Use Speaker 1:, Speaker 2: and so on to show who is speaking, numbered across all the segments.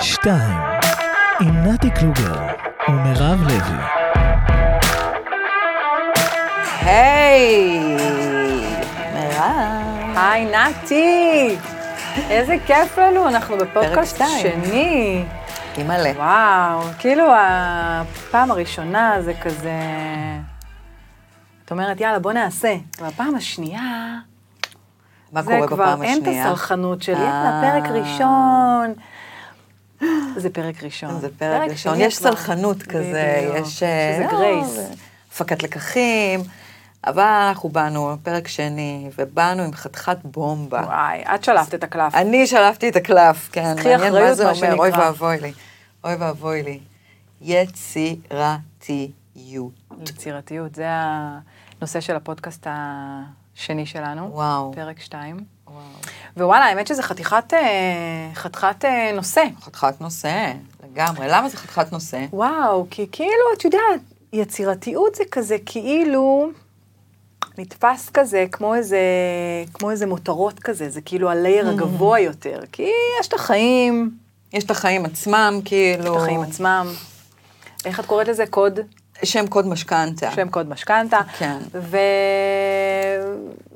Speaker 1: 2 עם נתי קלוגר ומירב לוי.
Speaker 2: היי, מירב.
Speaker 3: היי נתי, איזה כיף לנו, אנחנו בפודקאסט
Speaker 2: פרק שתיים.
Speaker 3: שני.
Speaker 2: אימא'לה.
Speaker 3: וואו, כאילו הפעם הראשונה זה כזה... את אומרת, יאללה, בוא נעשה. והפעם השנייה,
Speaker 2: מה
Speaker 3: זה
Speaker 2: קורה
Speaker 3: כבר
Speaker 2: בפעם
Speaker 3: אין את
Speaker 2: השנייה?
Speaker 3: הסלחנות של יאללה,
Speaker 2: אה.
Speaker 3: פרק ראשון. זה פרק ראשון.
Speaker 2: זה פרק ראשון.
Speaker 3: שני
Speaker 2: יש
Speaker 3: כבר.
Speaker 2: סלחנות כזה,
Speaker 3: בדיוק.
Speaker 2: יש...
Speaker 3: שזה
Speaker 2: אה,
Speaker 3: גרייס.
Speaker 2: זה הפקת לקחים, אבל אנחנו באנו, פרק שני, ובאנו עם חתיכת בומבה.
Speaker 3: וואי, את שלפת את הקלף.
Speaker 2: אני שלפתי את הקלף, כן,
Speaker 3: קחי
Speaker 2: מעניין מה
Speaker 3: אחריות,
Speaker 2: זה
Speaker 3: מה
Speaker 2: אומר, אוי
Speaker 3: שנקרא.
Speaker 2: ואבוי לי. אוי ואבוי לי. יצירתיות.
Speaker 3: יצירתיות, זה הנושא של הפודקאסט השני שלנו.
Speaker 2: וואו.
Speaker 3: פרק 2.
Speaker 2: וואו.
Speaker 3: ווואלה, האמת שזה חתיכת, אה, חתיכת אה, נושא.
Speaker 2: חתיכת נושא, לגמרי. למה זה חתיכת נושא?
Speaker 3: וואו, כי כאילו, את יודעת, יצירתיות זה כזה כאילו נתפס כזה כמו איזה, כמו איזה מותרות כזה, זה כאילו הלייר הגבוה יותר, כי יש את החיים,
Speaker 2: יש את החיים עצמם,
Speaker 3: את
Speaker 2: כאילו...
Speaker 3: החיים עצמם. איך את קוראת לזה? קוד?
Speaker 2: שם קוד משכנתה.
Speaker 3: שם קוד משכנתה.
Speaker 2: כן.
Speaker 3: ו...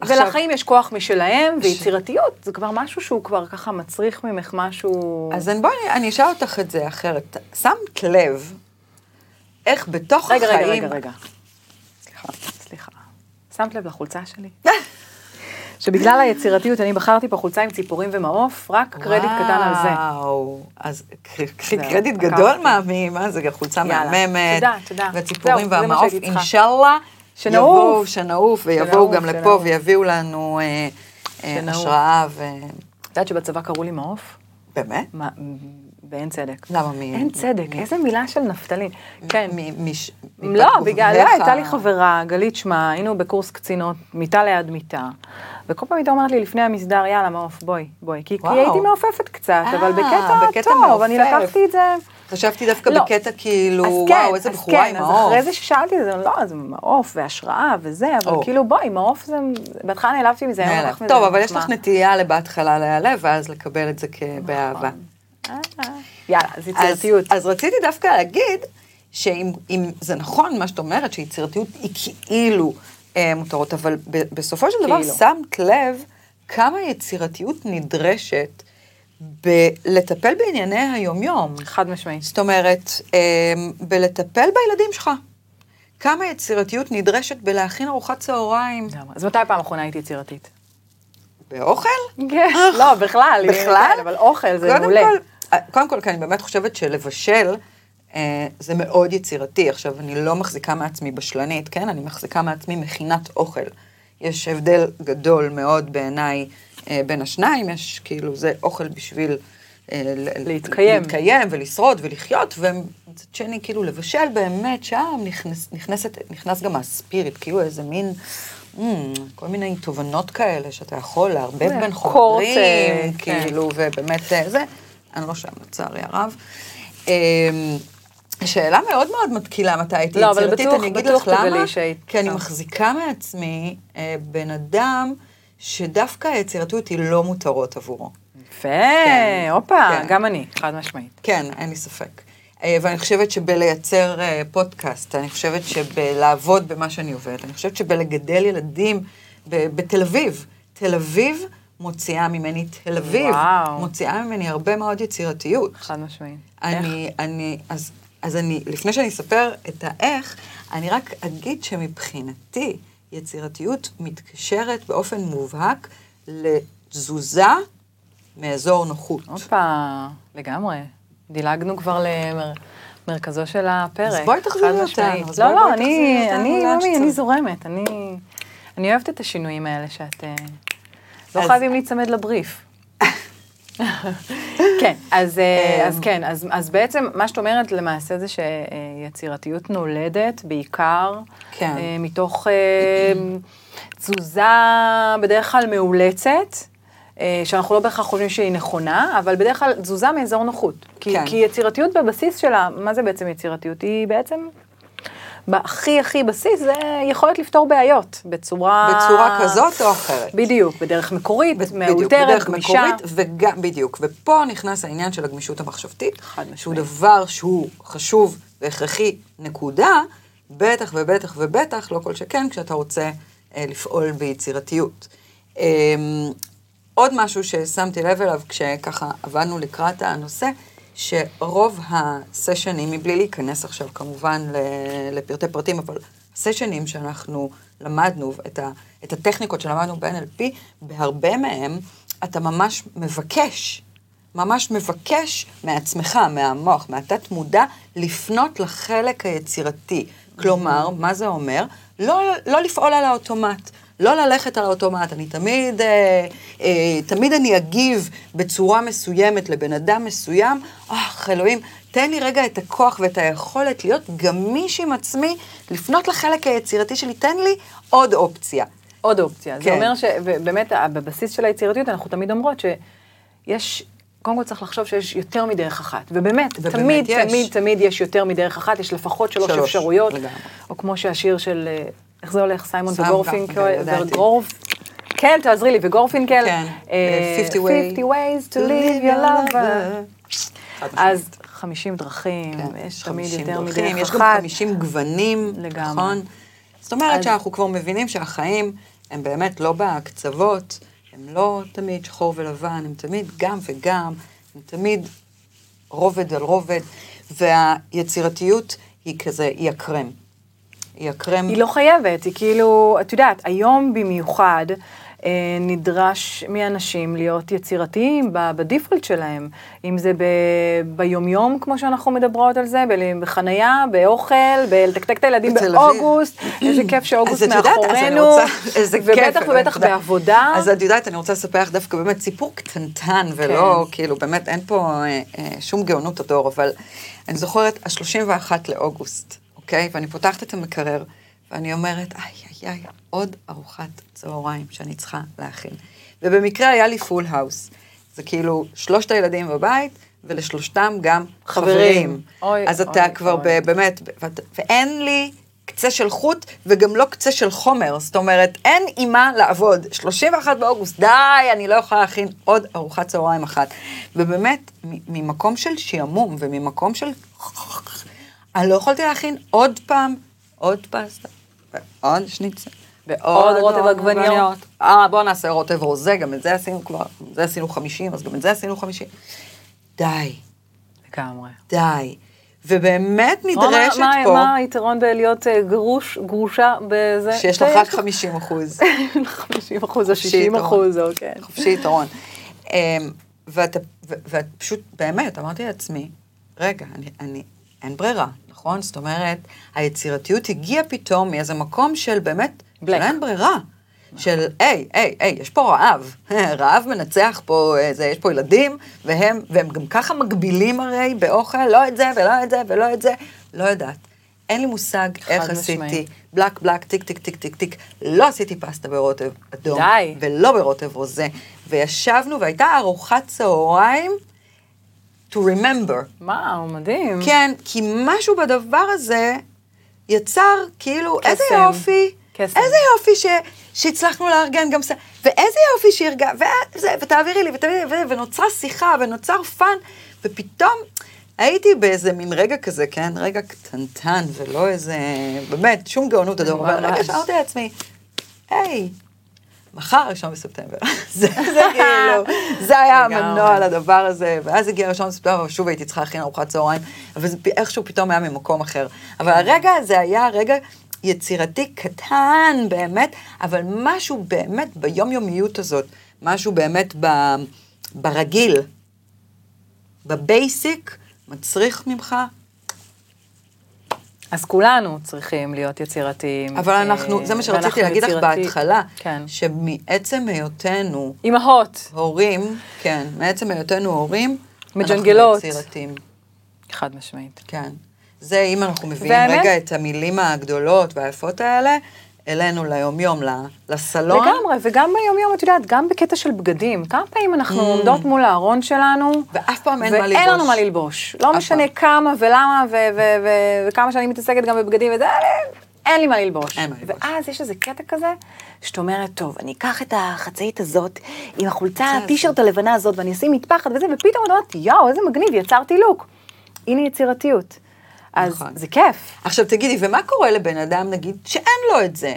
Speaker 2: עכשיו-
Speaker 3: ולחיים יש כוח משלהם, ויצירתיות זה כבר משהו שהוא כבר ככה מצריך ממך משהו...
Speaker 2: אז אני- בואי, אני אשאל אותך את זה אחרת. שמת לב איך בתוך
Speaker 3: רגע, רגע,
Speaker 2: החיים...
Speaker 3: רגע, רגע. סליחה, סליחה. שמת לב לחולצה שלי? שבגלל היצירתיות אני בחרתי פה חולצה עם ציפורים ומעוף, רק קרדיט קטן על זה.
Speaker 2: וואו, אז קחי קחי
Speaker 3: זהו,
Speaker 2: קרדיט
Speaker 3: לקחתי.
Speaker 2: גדול מהמי, מה זה, חולצה
Speaker 3: יאללה,
Speaker 2: מהממת.
Speaker 3: תודה, תודה.
Speaker 2: והציפורים
Speaker 3: זהו, זה מה
Speaker 2: והמעוף,
Speaker 3: שהייתי צריכה.
Speaker 2: אינשאללה,
Speaker 3: שנעוף.
Speaker 2: יבואו, שנעוף, ויבואו
Speaker 3: שנעוף,
Speaker 2: גם לפה
Speaker 3: שנעוף.
Speaker 2: ויביאו לנו אה, אה,
Speaker 3: שנעוף.
Speaker 2: השראה ו...
Speaker 3: את יודעת שבצבא קראו לי מעוף?
Speaker 2: באמת?
Speaker 3: מה, ואין צדק.
Speaker 2: למה, מי-
Speaker 3: אין צדק, איזה מילה של נפתלי. כן.
Speaker 2: מ- מש-
Speaker 3: לא,
Speaker 2: מפאת
Speaker 3: בגלל,
Speaker 2: גובהיך.
Speaker 3: לא, הייתה לי חברה, גלית שמה, היינו בקורס קצינות, מיטה ליד מיטה, וכל פעם הייתה אומרת לי לפני המסדר, יאללה, מעוף, בואי, בואי. כי, כי
Speaker 2: וואו.
Speaker 3: הייתי מעופפת קצת,
Speaker 2: אה,
Speaker 3: אבל בקטע,
Speaker 2: בקטע
Speaker 3: טוב,
Speaker 2: מעופף.
Speaker 3: אני לקחתי את זה.
Speaker 2: חשבתי דווקא
Speaker 3: לא.
Speaker 2: בקטע כאילו,
Speaker 3: אז
Speaker 2: וואו, איזה
Speaker 3: אז
Speaker 2: בחורה
Speaker 3: כן,
Speaker 2: עם
Speaker 3: אז
Speaker 2: מעוף.
Speaker 3: אחרי זה ששאלתי את זה, לא, זה מעוף והשראה וזה, אבל
Speaker 2: או.
Speaker 3: כאילו בואי, מעוף זה, בהתחלה נעלבתי מזה, לא היום
Speaker 2: נעלב.
Speaker 3: לקחת מזה
Speaker 2: טוב, אבל יש
Speaker 3: מחמאה.
Speaker 2: לך נטייה לבהתחלה להיעלב, ואז לקבל את זה כבאהבה.
Speaker 3: אה, יאללה, אז נכון. יצירתיות.
Speaker 2: אז, אז רציתי דווקא להגיד, שאם אם זה נכון מה שאת אומרת, שיצירתיות היא כאילו אה, מותרות, אבל ב, בסופו של דבר
Speaker 3: כאילו.
Speaker 2: שמת לב כמה יצירתיות נדרשת בלטפל בענייני היומיום.
Speaker 3: חד משמעית.
Speaker 2: זאת אומרת, אמ, בלטפל בילדים שלך. כמה יצירתיות נדרשת בלהכין ארוחת צהריים
Speaker 3: לגמרי. אז מתי פעם אחרונה הייתי יצירתית?
Speaker 2: באוכל?
Speaker 3: כן, לא, בכלל. היא-
Speaker 2: אה. בכלל?
Speaker 3: כן, אבל אוכל זה
Speaker 2: קודם
Speaker 3: מעולה.
Speaker 2: כל, אה, קודם כל, כי אני באמת חושבת שלבשל אה, זה מאוד יצירתי. עכשיו, אני לא מחזיקה מעצמי בשלנית, כן? אני מחזיקה מעצמי מכינת אוכל. יש הבדל גדול מאוד בעיניי אה, בין השניים, יש כאילו, זה אוכל בשביל... אה, ל-
Speaker 3: להתקיים.
Speaker 2: להתקיים ולשרוד ולחיות, ומצד שני, כאילו, לבשל באמת, שם נכנס, נכנסת, נכנס גם הספיריט, כאילו איזה מין, mm, כל מיני תובנות כאלה שאתה יכול לערבב
Speaker 3: זה
Speaker 2: בין
Speaker 3: קורט,
Speaker 2: חומרים,
Speaker 3: אה, כן.
Speaker 2: כאילו, כאילו, ובאמת אה, זה, אני לא שם לצערי הרב. אמ, שאלה מאוד מאוד מתקילה מתי הייתי
Speaker 3: לא, אבל
Speaker 2: יצירתית,
Speaker 3: בטוח-
Speaker 2: אני אגיד
Speaker 3: בטוח
Speaker 2: לך
Speaker 3: תגלי
Speaker 2: למה,
Speaker 3: שהיית
Speaker 2: כי אני
Speaker 3: שם.
Speaker 2: מחזיקה מעצמי אה, בן אדם שדווקא היצירתיות היא לא מותרות עבורו.
Speaker 3: יפה,
Speaker 2: כן,
Speaker 3: הופה,
Speaker 2: כן.
Speaker 3: גם אני, חד משמעית.
Speaker 2: כן, אין לי ספק. אה, ואני חושבת שבלייצר אה, פודקאסט, אני חושבת שבלעבוד במה שאני עובדת, אני חושבת שבלגדל ילדים ב- בתל אביב. תל אביב מוציאה ממני תל אביב.
Speaker 3: וואו.
Speaker 2: מוציאה ממני הרבה מאוד יצירתיות.
Speaker 3: חד משמעית.
Speaker 2: אני, אני, אז, אז אני, לפני שאני אספר את האיך, אני רק אגיד שמבחינתי יצירתיות מתקשרת באופן מובהק לתזוזה מאזור נוחות.
Speaker 3: אוקיי. הופה, לגמרי. דילגנו כבר למרכזו של הפרק.
Speaker 2: אז בואי תחזירי
Speaker 3: חד
Speaker 2: אותנו,
Speaker 3: משמעית.
Speaker 2: אז
Speaker 3: לא,
Speaker 2: בואי-
Speaker 3: לא,
Speaker 2: בואי תחזירי
Speaker 3: אני,
Speaker 2: אותנו
Speaker 3: אני,
Speaker 2: לאן
Speaker 3: נעמי,
Speaker 2: שצריך.
Speaker 3: אני זורמת, אני, אני אוהבת את השינויים האלה שאת... אה, לא
Speaker 2: אז-
Speaker 3: חייבים להיצמד לבריף. כן, אז,
Speaker 2: אמ.
Speaker 3: אה, אז כן, אז, אז בעצם מה שאת אומרת למעשה זה שיצירתיות נולדת בעיקר
Speaker 2: כן.
Speaker 3: אה, מתוך אה, תזוזה בדרך כלל מאולצת, אה, שאנחנו לא בהכרח חושבים שהיא נכונה, אבל בדרך כלל תזוזה מאזור נוחות. כי,
Speaker 2: כן.
Speaker 3: כי יצירתיות בבסיס שלה, מה זה בעצם יצירתיות? היא בעצם הכי הכי בסיס זה יכולת לפתור בעיות בצורה...
Speaker 2: בצורה כזאת או אחרת.
Speaker 3: בדיוק, בדרך מקורית,
Speaker 2: ב- בדיוק,
Speaker 3: מאולתרת,
Speaker 2: בדרך
Speaker 3: גמישה.
Speaker 2: מקורית, וגם, בדיוק. ופה נכנס העניין של הגמישות המחשבתית.
Speaker 3: חד משמעית.
Speaker 2: שהוא דבר שהוא חשוב והכרחי, נקודה, בטח ובטח ובטח, לא כל שכן, כשאתה רוצה אה, לפעול ביצירתיות. אה, עוד משהו ששמתי לב אליו כשככה עבדנו לקראת הנושא, שרוב הסשנים, מבלי להיכנס עכשיו כמובן ל- לפרטי פרטים, אבל הסשנים שאנחנו למדנו, את, ה, את הטכניקות שלמדנו ב-NLP, בהרבה מהם אתה ממש מבקש ממש מבקש מעצמך, מהמוח, מהתת מודע, לפנות לחלק היצירתי. כלומר, מה זה אומר? לא, לא לפעול על האוטומט. לא ללכת על האוטומט, אני תמיד, אה, אה, תמיד אני אגיב בצורה מסוימת לבן אדם מסוים, אך אלוהים, תן לי רגע את הכוח ואת היכולת להיות גמיש עם עצמי, לפנות לחלק היצירתי שלי, תן לי עוד אופציה.
Speaker 3: עוד אופציה. זה
Speaker 2: כן.
Speaker 3: אומר שבאמת, בבסיס של היצירתיות, אנחנו תמיד אומרות שיש, קודם כל צריך לחשוב שיש יותר מדרך אחת. ובאמת,
Speaker 2: ובאמת
Speaker 3: תמיד,
Speaker 2: יש.
Speaker 3: תמיד, תמיד יש יותר מדרך אחת, יש לפחות שלוש,
Speaker 2: שלוש,
Speaker 3: אפשרויות.
Speaker 2: לגמרי.
Speaker 3: או כמו שהשיר של, אה, איך זה הולך? סיימון
Speaker 2: סיימון
Speaker 3: וגורפינקל,
Speaker 2: וגורפינקל, ידעתי.
Speaker 3: וגורף. כן, תעזרי לי, וגורפינקל.
Speaker 2: כן,
Speaker 3: אה,
Speaker 2: 50 way-
Speaker 3: 50 ways to live your lover.
Speaker 2: חד משמעית.
Speaker 3: אז 50 דרכים,
Speaker 2: כן,
Speaker 3: יש תמיד
Speaker 2: 50
Speaker 3: יותר
Speaker 2: דרכים,
Speaker 3: מדרך
Speaker 2: יש גם
Speaker 3: אחת.
Speaker 2: 50 גוונים,
Speaker 3: לגמרי.
Speaker 2: נכון? זאת אומרת
Speaker 3: אז-
Speaker 2: שאנחנו כבר מבינים שהחיים הם באמת לא בקצוות, הם לא תמיד שחור ולבן, הם תמיד גם וגם, הם תמיד רובד על רובד, והיצירתיות היא כזה, היא הקרם. היא הקרם.
Speaker 3: היא לא חייבת, היא כאילו, את יודעת, היום במיוחד אה, נדרש מאנשים להיות יצירתיים ב- בדיפולט שלהם, אם זה ב, ביומיום, כמו שאנחנו מדברות על זה, ב- בחנייה, באוכל, בלתקתק את הילדים
Speaker 2: בתל אביב.
Speaker 3: באוגוסט, איזה כיף
Speaker 2: אז
Speaker 3: שאוגוסט
Speaker 2: את יודעת, אז אני
Speaker 3: מאחורינו,
Speaker 2: רוצה, איזה כיף.
Speaker 3: ובטח ובטח
Speaker 2: את יודעת.
Speaker 3: בעבודה.
Speaker 2: אז את יודעת, אני רוצה לספר לך דווקא באמת סיפור קטנטן,
Speaker 3: כן.
Speaker 2: ולא, כאילו, באמת, אין פה אה, אה, שום גאונות הדור, אבל אני זוכרת, ה-31 לאוגוסט, אוקיי? ואני פותחת את המקרר, ואני אומרת, איי, איי, איי, עוד ארוחת צהריים שאני צריכה להכין. ובמקרה היה לי פול האוס. זה כאילו, שלושת הילדים בבית, ולשלושתם גם
Speaker 3: חברים.
Speaker 2: חברים.
Speaker 3: אוי,
Speaker 2: אז אתה
Speaker 3: אוי,
Speaker 2: כבר
Speaker 3: אוי.
Speaker 2: ב- באמת, ואת- ואין לי קצה של חוט וגם לא קצה של חומר, זאת אומרת, אין עם מה לעבוד. 31 באוגוסט, די, אני לא יכולה להכין עוד ארוחת צהריים אחת. ובאמת, מ- ממקום של שעמום וממקום של... אני לא יכולתי להכין עוד פעם, עוד פסטה, ועוד שניצל.
Speaker 3: ועוד רוטב
Speaker 2: רוטב
Speaker 3: עגבניות.
Speaker 2: אה, בוא נעשה רוטב רוזה, גם את זה עשינו כבר, גם זה עשינו 50, אז גם את זה עשינו 50. די,
Speaker 3: לגמרי.
Speaker 2: די. ובאמת נדרשת
Speaker 3: מה,
Speaker 2: פה,
Speaker 3: מה היתרון בלהיות אה, גרוש, גרושה בזה?
Speaker 2: שיש לך רק 50 אחוז,
Speaker 3: 50 אחוז או
Speaker 2: חופשי
Speaker 3: 60
Speaker 2: יתרון.
Speaker 3: אחוז, או כן.
Speaker 2: חופשי יתרון. אמ, ואתה, ו- ואת פשוט, באמת, אמרתי לעצמי, רגע, אני, אני, אין ברירה, נכון? זאת אומרת, היצירתיות הגיעה פתאום מאיזה מקום של באמת, של
Speaker 3: בלק.
Speaker 2: אין ברירה. של, היי, היי, היי, יש פה רעב. רעב מנצח פה, אה, זה, יש פה ילדים, והם, והם גם ככה מגבילים הרי באוכל, לא את זה ולא את זה ולא את זה, לא יודעת. אין לי מושג איך עשיתי,
Speaker 3: משמעית.
Speaker 2: בלק, בלק, טיק, טיק, טיק, טיק, טיק, לא עשיתי פסטה ברוטב אדום,
Speaker 3: די.
Speaker 2: ולא ברוטב רוזה, וישבנו והייתה ארוחת צהריים to remember.
Speaker 3: וואו, מדהים.
Speaker 2: כן, כי משהו בדבר הזה יצר כאילו,
Speaker 3: קסם.
Speaker 2: איזה יופי,
Speaker 3: קסם.
Speaker 2: איזה יופי ש, שהצלחנו לארגן גם, ס- ואיזה יופי שארגן, וזה, ותעבירי לי, ותעבירי לי, וזה, ונוצרה שיחה, ונוצר פאן, ופתאום הייתי באיזה מין רגע כזה, כן, רגע קטנטן, ולא איזה, באמת, שום גאונות הדור, אבל רגע
Speaker 3: ממש.
Speaker 2: שאמרתי לעצמי, היי, מחר ראשון בספטמבר. זה, זה כאילו, זה היה
Speaker 3: לגמרי.
Speaker 2: המנוע לדבר הזה, ואז הגיע ראשון בספטמבר, ושוב הייתי צריכה להכין ארוחת צהריים, אבל זה פ- איכשהו פתאום היה ממקום אחר. אבל הרגע הזה היה רגע יצירתי קטן באמת, אבל משהו באמת ביומיומיות הזאת, משהו באמת ב, ברגיל, בבייסיק, מצריך ממך,
Speaker 3: אז כולנו צריכים להיות יצירתיים.
Speaker 2: אבל
Speaker 3: אה,
Speaker 2: אנחנו, זה מה שרציתי
Speaker 3: ואנחנו
Speaker 2: להגיד לך
Speaker 3: יצירתי-
Speaker 2: בהתחלה,
Speaker 3: כן.
Speaker 2: שמעצם היותנו,
Speaker 3: אימהות,
Speaker 2: הורים, כן, מעצם היותנו הורים,
Speaker 3: מג'נגלות.
Speaker 2: אנחנו יצירתיים,
Speaker 3: חד משמעית.
Speaker 2: כן. זה אם אנחנו מביאים
Speaker 3: והאמת-
Speaker 2: רגע את המילים הגדולות והיפות האלה, אלינו ליומיום, ל- לסלון.
Speaker 3: לגמרי, וגם ביומיום, את יודעת, גם בקטע של בגדים, כמה פעמים אנחנו עומדות מול הארון שלנו,
Speaker 2: Mm. ואף פעם אין מה
Speaker 3: ואין
Speaker 2: ללבוש.
Speaker 3: לנו מה ללבוש. לא
Speaker 2: אף
Speaker 3: משנה כמה ולמה, ו- ו- ו- וכמה שאני מתעסקת גם בבגדים וזה, אין לי מה ללבוש.
Speaker 2: אין מה ללבוש.
Speaker 3: ואז יש איזה קטע כזה, שאת אומרת, טוב, אני אקח את החצאית הזאת, עם החולצה,
Speaker 2: הזאת.
Speaker 3: הטישרט הלבנה הזאת, ואני אשים מטפחת וזה, ופתאום את אומרת, יואו, איזה מגניב, יצרתי לוק. הנה יצירתיות. אז
Speaker 2: נכון.
Speaker 3: זה כיף.
Speaker 2: עכשיו תגידי, ומה קורה לבן אדם, נגיד, שאין לו את זה?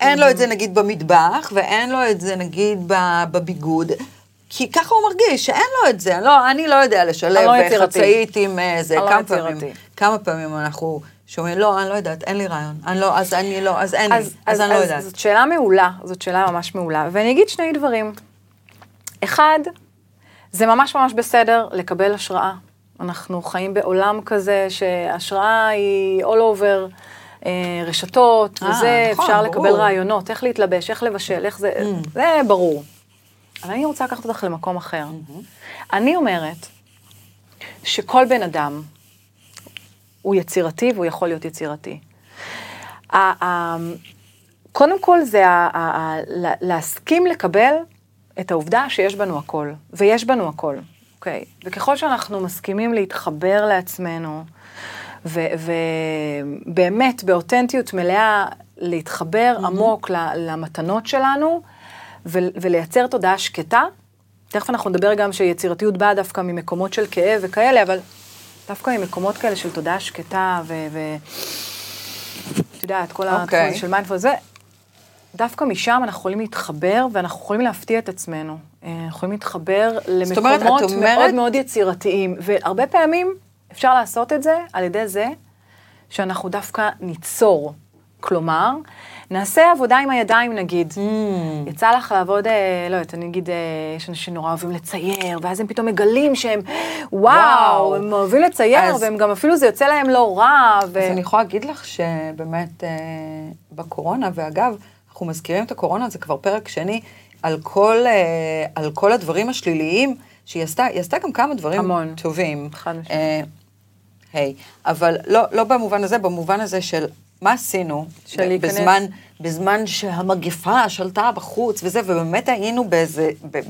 Speaker 2: אין לו את זה נגיד במטבח, ואין לו את זה נגיד ב- בביגוד, כי ככה הוא מרגיש, שאין לו את זה. לא, אני לא יודע לשלב
Speaker 3: הלא
Speaker 2: אה,
Speaker 3: יצירתי.
Speaker 2: חצאית עם אה, זה,
Speaker 3: הלא
Speaker 2: כמה פעמים,
Speaker 3: יצירתי.
Speaker 2: כמה פעמים אנחנו שומעים, לא, אני לא יודעת, אין לי רעיון, אני לא, אז אני לא, אז אין לי, אז, אני לא יודעת.
Speaker 3: זאת שאלה מעולה, זאת שאלה ממש מעולה, ואני אגיד שני דברים. אחד, זה ממש ממש בסדר לקבל השראה. אנחנו חיים בעולם כזה שהשראה היא all over. אה, רשתות,
Speaker 2: אה,
Speaker 3: וזה,
Speaker 2: נכון,
Speaker 3: אפשר
Speaker 2: ברור. Mm.
Speaker 3: לקבל רעיונות, איך להתלבש, איך לבשל, איך זה, זה ברור. אבל אני רוצה לקחת אותך למקום אחר.
Speaker 2: Mm-hmm.
Speaker 3: אני אומרת שכל בן אדם הוא יצירתי והוא יכול להיות יצירתי. ה- ה- קודם כל זה ה- ה- ה- לה- להסכים לקבל את העובדה שיש בנו הכל, ויש בנו הכל, אוקיי? וככל שאנחנו מסכימים להתחבר לעצמנו, ובאמת באותנטיות מלאה להתחבר עמוק ל- למתנות שלנו, ול- ולייצר תודעה שקטה, תכף אנחנו נדבר גם שיצירתיות באה דווקא ממקומות של כאב וכאלה, אבל דווקא ממקומות כאלה של תודעה שקטה ו... ו- את יודעת, כל התחום
Speaker 2: אוקיי.
Speaker 3: הזה של מיינדפול זה, דווקא משם אנחנו יכולים להתחבר ואנחנו יכולים להפתיע את עצמנו. אה, אנחנו יכולים להתחבר
Speaker 2: אומרת, את
Speaker 3: למקומות
Speaker 2: אומרת-
Speaker 3: מאוד מאוד יצירתיים, והרבה פעמים אפשר לעשות את זה על ידי זה שאנחנו דווקא ניצור. כלומר, נעשה עבודה עם הידיים נגיד.
Speaker 2: Hmm.
Speaker 3: יצא לך לעבוד, אה, לא יודעת, אני אגיד, אה, יש אנשים שנורא אוהבים לצייר, ואז הם פתאום מגלים שהם, וואו,
Speaker 2: וואו.
Speaker 3: הם אוהבים לצייר,
Speaker 2: אז-
Speaker 3: והם גם אפילו זה יוצא להם לא רע, ו...
Speaker 2: אז אני יכולה להגיד לך שבאמת אה, בקורונה, ואגב, אנחנו מזכירים את הקורונה, זה כבר פרק שני, על כל, אה, על כל הדברים השליליים שהיא עשתה, היא עשתה גם כמה דברים
Speaker 3: המון.
Speaker 2: טובים.
Speaker 3: חד משמעית.
Speaker 2: אה, היי, אבל לא, לא במובן הזה, במובן הזה של מה עשינו
Speaker 3: של להיכנס.
Speaker 2: בזמן, בזמן שהמגפה שלטה בחוץ וזה, ובאמת היינו באיזה, ב, ב,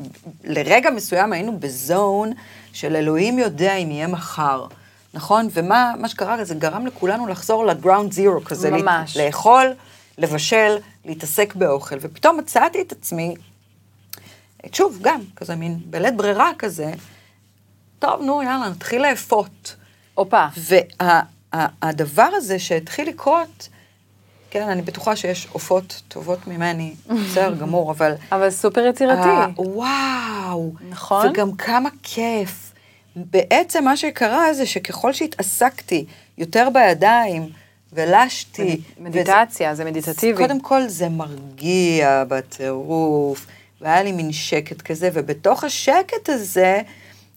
Speaker 2: לרגע מסוים היינו בזון של אלוהים יודע אם יהיה מחר, נכון? ומה מה שקרה, זה גרם לכולנו לחזור לגראונד זירו כזה. לה-
Speaker 3: ממש.
Speaker 2: לאכול, לבשל, להתעסק באוכל, ופתאום מצאתי את עצמי, שוב, גם, כזה מין בלית ברירה כזה, טוב, נו, יאללה, נתחיל לאפות.
Speaker 3: הופה.
Speaker 2: והדבר הזה שהתחיל לקרות, כן, אני בטוחה שיש עופות טובות ממני, בסדר גמור, אבל...
Speaker 3: אבל סופר
Speaker 2: אה,
Speaker 3: יצירתי.
Speaker 2: וואו.
Speaker 3: נכון.
Speaker 2: וגם כמה כיף. בעצם מה שקרה זה שככל שהתעסקתי יותר בידיים, ולשתי...
Speaker 3: מד- מדיטציה, זה מדיטטיבי.
Speaker 2: קודם כל זה מרגיע בטירוף, והיה לי מין שקט כזה, ובתוך השקט הזה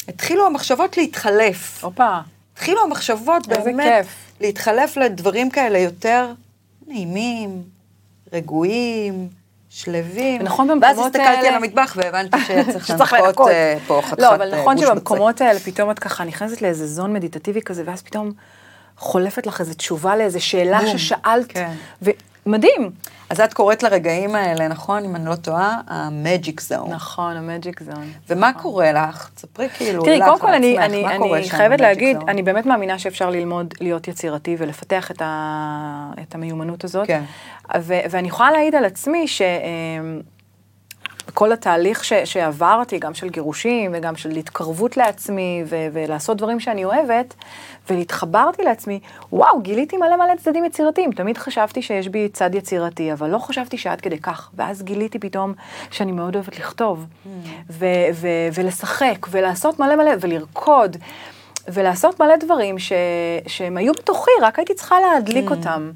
Speaker 2: התחילו המחשבות להתחלף.
Speaker 3: הופה.
Speaker 2: התחילו המחשבות
Speaker 3: איזה
Speaker 2: באמת
Speaker 3: כיף.
Speaker 2: להתחלף לדברים כאלה יותר נעימים, רגועים, שלווים.
Speaker 3: נכון,
Speaker 2: ואז
Speaker 3: במקומות
Speaker 2: הסתכלתי
Speaker 3: האלה-
Speaker 2: על המטבח והבנתי שצריך
Speaker 3: שצריך
Speaker 2: לנקות
Speaker 3: לנקות.
Speaker 2: אה, פה חתיכת
Speaker 3: לא, אבל
Speaker 2: אה,
Speaker 3: נכון
Speaker 2: גוש
Speaker 3: שבמקומות האלה פתאום את ככה נכנסת לאיזה זון מדיטטיבי כזה, ואז פתאום חולפת לך איזו תשובה לאיזו שאלה
Speaker 2: בום.
Speaker 3: ששאלת.
Speaker 2: כן.
Speaker 3: ומדהים.
Speaker 2: בצק. אז את קוראת לרגעים האלה, נכון, אם אני לא טועה, המג'יק זון.
Speaker 3: נכון, המג'יק זון.
Speaker 2: ומה קורה לך? תספרי כאילו
Speaker 3: תראי,
Speaker 2: לך,
Speaker 3: קודם כל אני,
Speaker 2: לעצמך,
Speaker 3: אני,
Speaker 2: מה קורה
Speaker 3: אני
Speaker 2: שם
Speaker 3: חייבת
Speaker 2: ב-Magic
Speaker 3: להגיד,
Speaker 2: Zone?
Speaker 3: אני באמת מאמינה שאפשר ללמוד להיות יצירתי ולפתח את, ה, את המיומנות הזאת.
Speaker 2: כן.
Speaker 3: ו, ואני יכולה להעיד על עצמי ש... אמ, כל התהליך ש, שעברתי, גם של גירושים וגם של התקרבות לעצמי ו, ולעשות דברים שאני אוהבת, ולהתחברתי לעצמי, וואו, גיליתי מלא מלא צדדים יצירתיים. תמיד חשבתי שיש בי צד יצירתי, אבל לא חשבתי שעד כדי כך. ואז גיליתי פתאום שאני מאוד אוהבת לכתוב, ו, ו, ולשחק, ולעשות מלא מלא, ולרקוד, ולעשות מלא דברים ש, שהם היו בתוכי, רק הייתי צריכה להדליק אותם.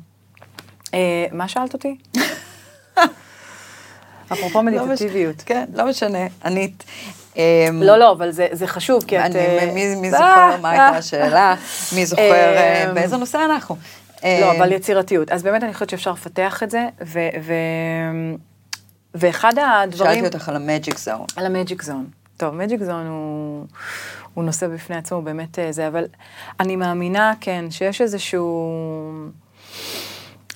Speaker 3: אה, מה שאלת אותי? אפרופו
Speaker 2: לא מש-
Speaker 3: מדיטטיביות.
Speaker 2: כן, לא משנה, ענית. אמ,
Speaker 3: לא, לא, אבל זה, זה חשוב, כי את...
Speaker 2: אני-
Speaker 3: אה,
Speaker 2: מי- מי
Speaker 3: אה,
Speaker 2: זוכר מה
Speaker 3: אה.
Speaker 2: הייתה השאלה? מי זוכר אה,
Speaker 3: אמ,
Speaker 2: באיזה נושא אנחנו?
Speaker 3: לא,
Speaker 2: אמ,
Speaker 3: אבל יצירתיות. אז באמת אני חושבת שאפשר לפתח את זה, ו... ו- ואחד הדברים...
Speaker 2: שאלתי אותך על המג'יק זון.
Speaker 3: על המג'יק זון. טוב, מג'יק זון הוא, הוא נושא בפני עצמו, הוא באמת אה, זה, אבל אני מאמינה, כן, שיש איזשהו...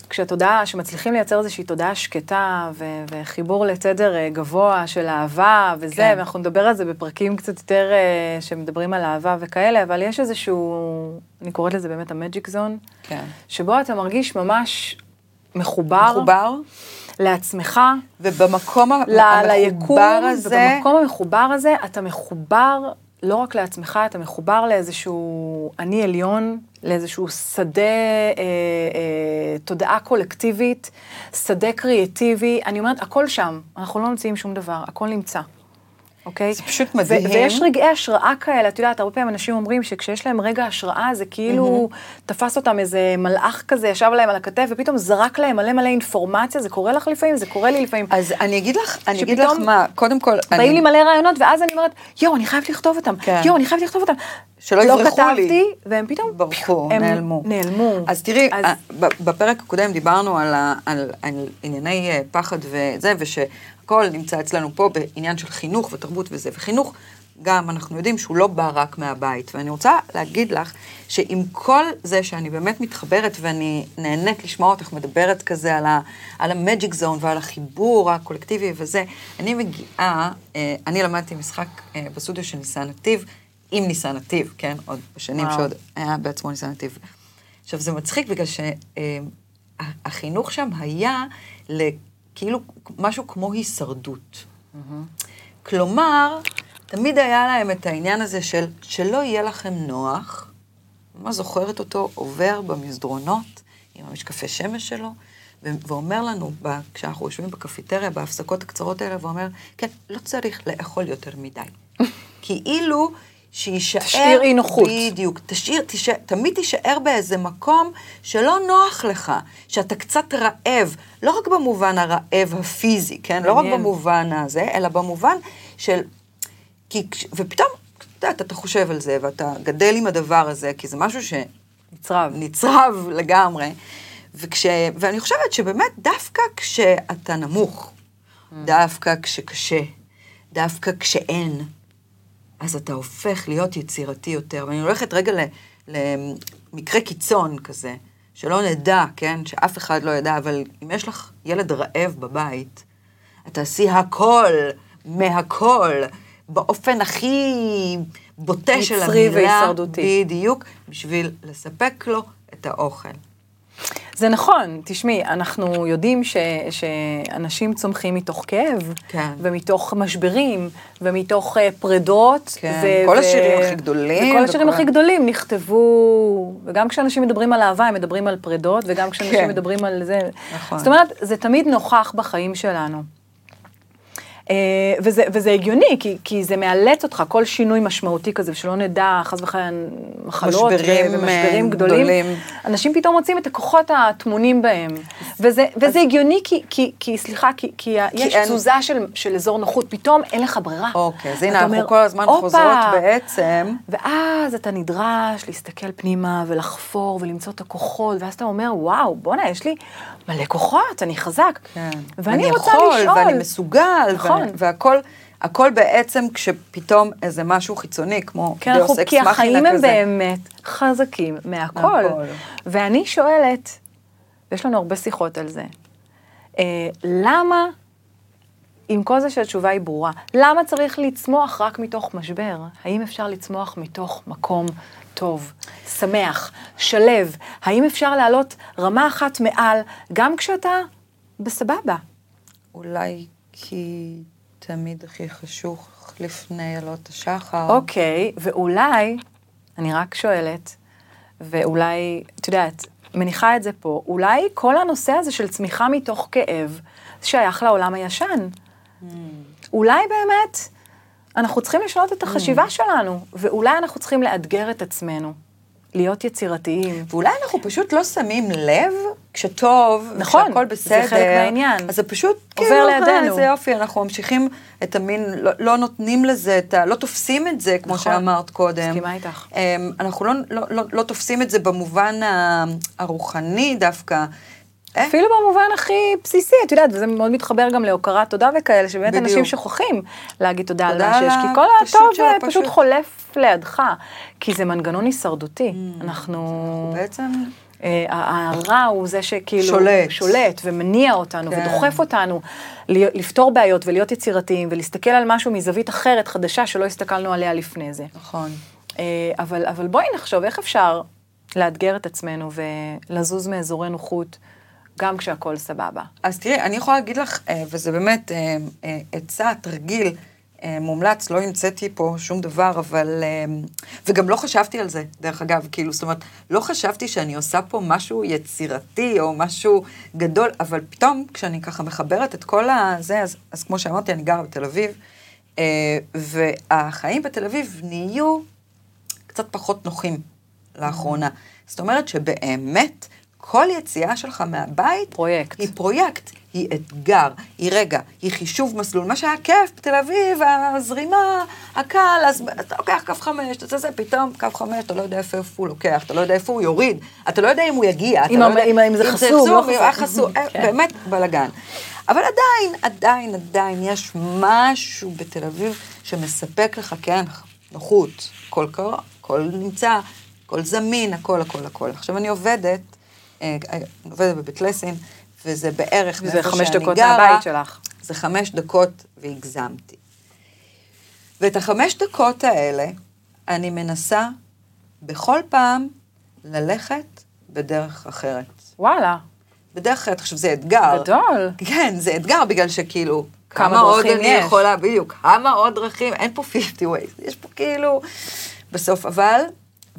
Speaker 3: כשהתודעה, כשמצליחים לייצר איזושהי תודעה שקטה ו- וחיבור לתדר אה, גבוה של אהבה וזה,
Speaker 2: כן.
Speaker 3: כן. ואנחנו נדבר על זה בפרקים קצת יותר אה, שמדברים על אהבה וכאלה, אבל יש איזשהו, אני קוראת לזה באמת המג'יק זון,
Speaker 2: כן.
Speaker 3: שבו אתה מרגיש ממש מחובר,
Speaker 2: מחובר,
Speaker 3: לעצמך,
Speaker 2: ובמקום ה-
Speaker 3: ל- ליקום,
Speaker 2: המחובר הזה,
Speaker 3: ובמקום המחובר הזה אתה מחובר לא רק לעצמך, אתה מחובר לאיזשהו אני עליון, לאיזשהו שדה אה, אה, תודעה קולקטיבית, שדה קריאטיבי, אני אומרת, הכל שם, אנחנו לא ממציאים שום דבר, הכל נמצא. אוקיי?
Speaker 2: זה פשוט מדהים.
Speaker 3: ו- ויש רגעי השראה כאלה, את יודעת, הרבה פעמים אנשים אומרים שכשיש להם רגע השראה, זה כאילו תפס אותם איזה מלאך כזה, ישב להם על הכתף, ופתאום זרק להם מלא מלא אינפורמציה, זה קורה לך לפעמים, זה קורה לי לפעמים.
Speaker 2: אז אני אגיד לך, אני אגיד לך
Speaker 3: שפתאום
Speaker 2: מה, קודם כל,
Speaker 3: באים
Speaker 2: אני-
Speaker 3: לי מלא רעיונות, ואז אני אומרת, יואו, אני חייבת לכתוב אותם,
Speaker 2: כן.
Speaker 3: יואו, אני חייבת לכתוב אותם.
Speaker 2: שלא
Speaker 3: לא
Speaker 2: יברחו לי.
Speaker 3: כתבתי, והם פתאום,
Speaker 2: ברחו,
Speaker 3: הם
Speaker 2: נעלמו.
Speaker 3: נעלמו.
Speaker 2: אז תראי,
Speaker 3: אז-
Speaker 2: אה, ב- בפרק הקודם דיברנו על, ה, על, על ענייני אה, פחד וזה, ושהכול נמצא אצלנו פה בעניין של חינוך ותרבות וזה, וחינוך, גם אנחנו יודעים שהוא לא בא רק מהבית. ואני רוצה להגיד לך, שעם כל זה שאני באמת מתחברת ואני נהנית לשמוע אותך מדברת כזה על, ה, על המג'יק זון ועל החיבור הקולקטיבי וזה, אני מגיעה, אה, אני למדתי משחק אה, בסטודיו של ניסן נתיב, עם ניסן נתיב, כן? עוד בשנים
Speaker 3: וואו.
Speaker 2: שעוד היה בעצמו ניסן נתיב. עכשיו, זה מצחיק בגלל שהחינוך שם היה לכאילו משהו כמו הישרדות.
Speaker 3: Mm-hmm.
Speaker 2: כלומר, תמיד היה להם את העניין הזה של שלא יהיה לכם נוח, מה זוכרת אותו עובר במסדרונות עם המשקפי שמש שלו, ו- ואומר לנו, ב- כשאנחנו יושבים בקפיטריה, בהפסקות הקצרות האלה, ואומר, כן, לא צריך לאכול יותר מדי. כאילו שיישאר...
Speaker 3: תשאיר אי נוחות.
Speaker 2: בדיוק. תשאיר, תישאר, תמיד תישאר באיזה מקום שלא נוח לך, שאתה קצת רעב, לא רק במובן הרעב הפיזי, כן? לא רק
Speaker 3: מעניין.
Speaker 2: במובן הזה, אלא במובן של... כי, כש- ופתאום, את יודעת, אתה חושב על זה, ואתה גדל עם הדבר הזה, כי זה משהו
Speaker 3: נצרב.
Speaker 2: שנצרב לגמרי. וכש, ואני חושבת שבאמת, דווקא כשאתה נמוך, דווקא כשקשה, דווקא כשאין, אז אתה הופך להיות יצירתי יותר. ואני הולכת רגע ל- למקרה קיצון כזה, שלא נדע, כן? שאף אחד לא ידע, אבל אם יש לך ילד רעב בבית, את תעשי הכל, מהכל, באופן הכי בוטה של המילה.
Speaker 3: מצרי והישרדותי.
Speaker 2: בדיוק, בשביל לספק לו את האוכל.
Speaker 3: זה נכון, תשמעי, אנחנו יודעים ש, שאנשים צומחים מתוך כאב,
Speaker 2: כן.
Speaker 3: ומתוך משברים, ומתוך אה, פרדות.
Speaker 2: כן, כל השירים הכי גדולים,
Speaker 3: וכל השירים
Speaker 2: וכל-
Speaker 3: הכי גדולים נכתבו, וגם כשאנשים מדברים על אהבה, הם מדברים על פרדות, וגם כשאנשים
Speaker 2: כן.
Speaker 3: מדברים על זה.
Speaker 2: נכון.
Speaker 3: זאת אומרת, זה תמיד נוכח בחיים שלנו. אה, וזה, וזה הגיוני, כי, כי זה מאלץ אותך, כל שינוי משמעותי כזה, ושלא נדע, חס וחלילה, מחלות
Speaker 2: משברים,
Speaker 3: ו-
Speaker 2: אה,
Speaker 3: ומשברים גדולים,
Speaker 2: גדולים.
Speaker 3: גדולים, אנשים פתאום מוצאים את הכוחות הטמונים בהם. וזה, וזה הגיוני כי, כי, כי, סליחה, כי, כי, כי יש
Speaker 2: אין-
Speaker 3: אין... תזוזה של, של אזור נוחות, פתאום אין לך ברירה.
Speaker 2: אוקיי, אז הנה,
Speaker 3: אתה
Speaker 2: אנחנו
Speaker 3: אומר,
Speaker 2: כל הזמן
Speaker 3: "הופה!"
Speaker 2: חוזרות בעצם.
Speaker 3: ואז אתה נדרש להסתכל פנימה ולחפור ולמצוא את הכוחות, ואז אתה אומר, וואו, בואנה, יש לי מלא כוחות, אני חזק.
Speaker 2: כן.
Speaker 3: ואני
Speaker 2: אני
Speaker 3: רוצה
Speaker 2: יכול,
Speaker 3: לשאול.
Speaker 2: ואני מסוגל,
Speaker 3: נכון.
Speaker 2: ואני- והכל, הכל בעצם כשפתאום איזה משהו חיצוני, כמו
Speaker 3: כן, אנחנו,
Speaker 2: דאוס אקס
Speaker 3: כי
Speaker 2: מכינה
Speaker 3: החיים הם
Speaker 2: כזה.
Speaker 3: באמת חזקים מהכל.
Speaker 2: מהכל.
Speaker 3: ואני שואלת, ויש לנו הרבה שיחות על זה, אה, למה, עם כל זה שהתשובה היא ברורה, למה צריך לצמוח רק מתוך משבר? האם אפשר לצמוח מתוך מקום טוב, שמח, שלב? האם אפשר לעלות רמה אחת מעל, גם כשאתה בסבבה?
Speaker 2: אולי כי תמיד הכי חשוך לפני עלות השחר.
Speaker 3: אוקיי, ואולי, אני רק שואלת, ואולי, את יודעת, מניחה את זה פה, אולי כל הנושא הזה של צמיחה מתוך כאב שייך לעולם הישן. אולי באמת אנחנו צריכים לשנות את החשיבה שלנו, ואולי אנחנו צריכים לאתגר את עצמנו, להיות יצירתיים.
Speaker 2: ואולי אנחנו פשוט לא שמים לב כשטוב,
Speaker 3: נכון,
Speaker 2: כשהכול
Speaker 3: זה
Speaker 2: בסדר.
Speaker 3: חלק מהעניין.
Speaker 2: אז זה פשוט
Speaker 3: עובר
Speaker 2: כאילו,
Speaker 3: לידינו.
Speaker 2: אה, זה יופי, אנחנו ממשיכים את המין, לא, לא נותנים לזה את ה... לא תופסים את זה, כמו
Speaker 3: נכון.
Speaker 2: שאמרת קודם.
Speaker 3: מסכימה איתך.
Speaker 2: אמ, אנחנו לא, לא, לא, לא תופסים את זה במובן ה- הרוחני דווקא. אה,
Speaker 3: אפילו במובן הכי בסיסי, את יודעת, וזה מאוד מתחבר גם להוקרת תודה וכאלה, שבאמת
Speaker 2: בדיוק.
Speaker 3: אנשים שוכחים להגיד תודה על
Speaker 2: תודה
Speaker 3: מה
Speaker 2: על
Speaker 3: שיש, כי כל
Speaker 2: הפשוט
Speaker 3: הטוב
Speaker 2: של
Speaker 3: אה,
Speaker 2: הפשוט. Mm,
Speaker 3: פשוט חולף לידך, כי זה מנגנון הישרדותי. אנחנו...
Speaker 2: בעצם
Speaker 3: אה, ה- הרע הוא זה שכאילו...
Speaker 2: שולט.
Speaker 3: שולט ומניע אותנו
Speaker 2: כן.
Speaker 3: כן. ודוחף אותנו ל- לפתור בעיות ולהיות יצירתיים ולהסתכל על משהו מזווית אחרת, חדשה, שלא הסתכלנו עליה לפני זה.
Speaker 2: נכון.
Speaker 3: אה, אבל, אבל בואי נחשוב איך אפשר לאתגר את עצמנו ולזוז מאזורי נוחות גם כשהכול סבבה.
Speaker 2: אז תראי, אני יכולה להגיד לך, אה, וזה באמת אה, אה, עצה, תרגיל אה, מומלץ, לא המצאתי פה שום דבר, אבל... אה, וגם לא חשבתי על זה, דרך אגב, כאילו, זאת אומרת, לא חשבתי שאני עושה פה משהו יצירתי או משהו גדול, אבל פתאום, כשאני ככה מחברת את כל הזה, אז, אז כמו שאמרתי, אני גרה בתל אביב, אה, והחיים בתל אביב נהיו קצת פחות נוחים לאחרונה. זאת אומרת שבאמת, כל יציאה שלך מהבית...
Speaker 3: פרויקט.
Speaker 2: היא פרויקט, היא אתגר, היא רגע, היא חישוב מסלול. מה שהיה כיף בתל אביב, הזרימה, הקל, אז אתה לוקח קו חמש, אתה זה, זה, פתאום קו חמש, אתה לא יודע איפה איפה הוא לוקח, אתה לא יודע איפה הוא יוריד, אתה לא יודע אם הוא יגיע, אתה
Speaker 3: אם
Speaker 2: לא
Speaker 3: המ-
Speaker 2: יודע...
Speaker 3: אם- אם זה חסום, לא
Speaker 2: אם היה
Speaker 3: חסום.
Speaker 2: חסום, אה,
Speaker 3: כן.
Speaker 2: באמת בלאגן. אבל עדיין, עדיין, עדיין, יש משהו בתל אביב שמספק לך, כן, נוחות, הכל קרוב, הכל נמצא, הכל זמין, הכל, הכל, הכל. עכשיו, אני עובדת, אה, אה, עובדת בבית לסין, וזה בערך
Speaker 3: וזה
Speaker 2: מאיפה
Speaker 3: חמש
Speaker 2: שאני
Speaker 3: דקות
Speaker 2: גרה,
Speaker 3: מהבית שלך.
Speaker 2: זה חמש דקות, והגזמתי. ואת החמש דקות האלה, אני מנסה בכל פעם ללכת בדרך אחרת.
Speaker 3: וואלה,
Speaker 2: בדרך כלל, עכשיו זה אתגר.
Speaker 3: גדול.
Speaker 2: כן, זה אתגר בגלל שכאילו,
Speaker 3: כמה
Speaker 2: כמה עוד
Speaker 3: דרכים
Speaker 2: אני
Speaker 3: יש.
Speaker 2: יכולה, בדיוק, כמה עוד דרכים, אין פה 50 ways, יש פה כאילו, בסוף, אבל,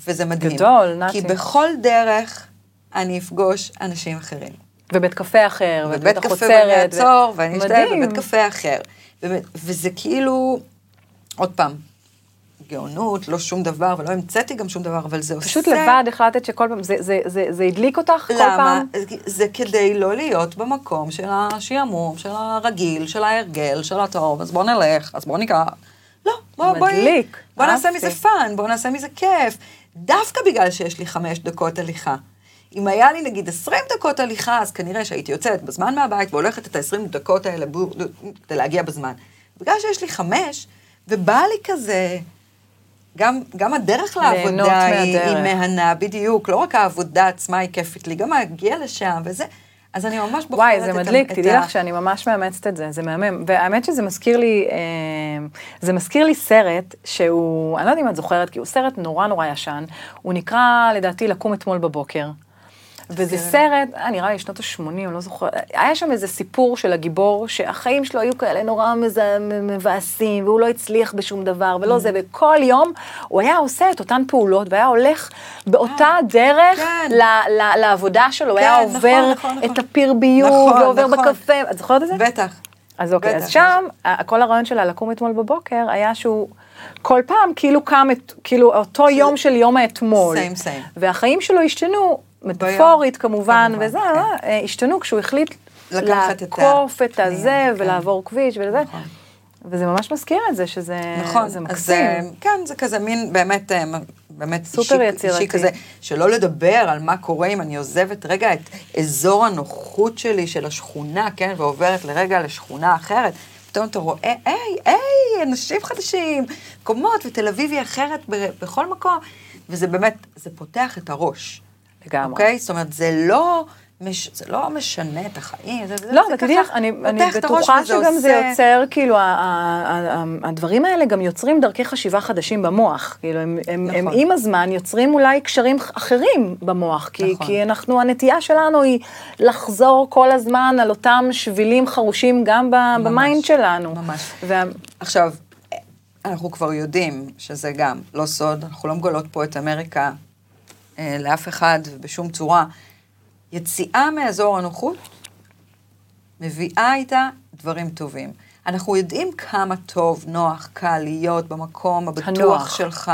Speaker 2: וזה מדהים.
Speaker 3: גדול, נתי.
Speaker 2: כי בכל דרך אני אפגוש אנשים אחרים.
Speaker 3: ובית קפה אחר,
Speaker 2: בבית
Speaker 3: ובית
Speaker 2: קפה
Speaker 3: החוצרת. ו-
Speaker 2: במעצור, ואני אשתה
Speaker 3: מדהים.
Speaker 2: בבית קפה אחר. באמת, וזה כאילו, עוד פעם, גאונות, לא שום דבר, ולא המצאתי גם שום דבר, אבל זה עושה...
Speaker 3: פשוט לבד החלטת שכל פעם, זה, זה, זה, זה הדליק אותך כל
Speaker 2: למה?
Speaker 3: פעם?
Speaker 2: זה כדי לא להיות במקום של השעמום, של הרגיל, של ההרגל, של הטוב, אז בוא נלך, אז בוא נקרא. לא, בוא, בואי.
Speaker 3: מדליק,
Speaker 2: בוא נעשה
Speaker 3: אהבתי.
Speaker 2: מזה פאן, בוא נעשה מזה כיף. דווקא בגלל שיש לי חמש דקות הליכה. אם היה לי נגיד 20 דקות הליכה, אז כנראה שהייתי יוצאת בזמן מהבית והולכת את ה-20 דקות האלה בו- כדי להגיע בזמן. בגלל שיש לי חמש, ובא לי כזה, גם, גם הדרך
Speaker 3: ליהנות
Speaker 2: לעבודה היא, היא
Speaker 3: מהדרך.
Speaker 2: מהנה, בדיוק. לא רק העבודה עצמה היא כיפית לי, גם להגיע לשם וזה. אז אני ממש בוחרת
Speaker 3: וואי,
Speaker 2: את
Speaker 3: זה
Speaker 2: ה-
Speaker 3: מדליק,
Speaker 2: את
Speaker 3: תדעי
Speaker 2: ה-
Speaker 3: לך שאני ממש מאמצת את זה, זה מהמם. והאמת שזה מזכיר לי, אה, זה מזכיר לי סרט שהוא, אני לא יודעת אם את זוכרת, כי הוא סרט נורא נורא ישן, הוא נקרא, לדעתי, לקום אתמול בבוקר.
Speaker 2: כן.
Speaker 3: וזה סרט, אה, נראה לי שנות ה-80, אני לא זוכרת, היה שם איזה סיפור של הגיבור, שהחיים שלו היו כאלה נורא מזה- מבאסים, והוא לא הצליח בשום דבר,
Speaker 2: Mm.
Speaker 3: ולא זה, וכל יום הוא היה עושה את אותן פעולות, והיה הולך באותה דרך
Speaker 2: כן.
Speaker 3: ל- ל- לעבודה שלו, הוא
Speaker 2: כן,
Speaker 3: היה
Speaker 2: נכון,
Speaker 3: עובר
Speaker 2: נכון,
Speaker 3: את
Speaker 2: נכון.
Speaker 3: הפיר ביוב,
Speaker 2: נכון,
Speaker 3: ועובר
Speaker 2: נכון.
Speaker 3: בקפה, את זוכרת את זה?
Speaker 2: בטח.
Speaker 3: אז אוקיי,
Speaker 2: בטח.
Speaker 3: אז שם, ה- כל הרעיון שלה לקום אתמול בבוקר, היה שהוא כל פעם כאילו קם, את, כאילו אותו יום של יום האתמול.
Speaker 2: same, same.
Speaker 3: והחיים שלו השתנו, מטאפורית כמובן,
Speaker 2: כמובן,
Speaker 3: וזה,
Speaker 2: כן.
Speaker 3: אה, השתנו כשהוא החליט
Speaker 2: לקחת את
Speaker 3: לעקוף את
Speaker 2: הפנייה,
Speaker 3: הזה,
Speaker 2: כן.
Speaker 3: ולעבור כביש ולזה.
Speaker 2: נכון.
Speaker 3: וזה ממש מזכיר את זה, שזה
Speaker 2: נכון,
Speaker 3: זה
Speaker 2: אז אה,
Speaker 3: מקסים.
Speaker 2: כן, זה כזה מין באמת, אה, מ- באמת
Speaker 3: סופר
Speaker 2: אישי-
Speaker 3: יצירתי.
Speaker 2: אישי כזה, שלא לדבר על מה קורה אם אני עוזבת רגע את אזור הנוחות שלי של השכונה, כן, ועוברת לרגע לשכונה אחרת. פתאום אתה רואה, היי, היי, אנשים חדשים, מקומות, ותל אביב היא אחרת ב- בכל מקום. וזה באמת, זה פותח את הראש.
Speaker 3: לגמרי.
Speaker 2: אוקיי? זאת אומרת, זה לא, מש, זה לא משנה את החיים. זה,
Speaker 3: לא,
Speaker 2: זה
Speaker 3: אבל תדעי לך,
Speaker 2: ככה
Speaker 3: אני, אני
Speaker 2: פותח את הראש
Speaker 3: בטוחה
Speaker 2: וזה
Speaker 3: שגם זה
Speaker 2: עושה-
Speaker 3: יוצר, כאילו, ה- ה- ה- ה- הדברים האלה גם יוצרים דרכי חשיבה חדשים במוח. כאילו, הם, הם,
Speaker 2: נכון.
Speaker 3: הם עם הזמן יוצרים אולי קשרים ח- אחרים במוח, כי,
Speaker 2: נכון.
Speaker 3: כי אנחנו, הנטייה שלנו היא לחזור כל הזמן על אותם שבילים חרושים גם ב, במיינד שלנו.
Speaker 2: ממש.
Speaker 3: וה,
Speaker 2: עכשיו, אנחנו כבר יודעים שזה גם לא סוד, אנחנו לא מגלות פה את אמריקה אה, לאף אחד ובשום צורה. יציאה מאזור הנוחות מביאה איתה דברים טובים. אנחנו יודעים כמה טוב, נוח, קל להיות במקום הבטוח
Speaker 3: הנוח.
Speaker 2: שלך.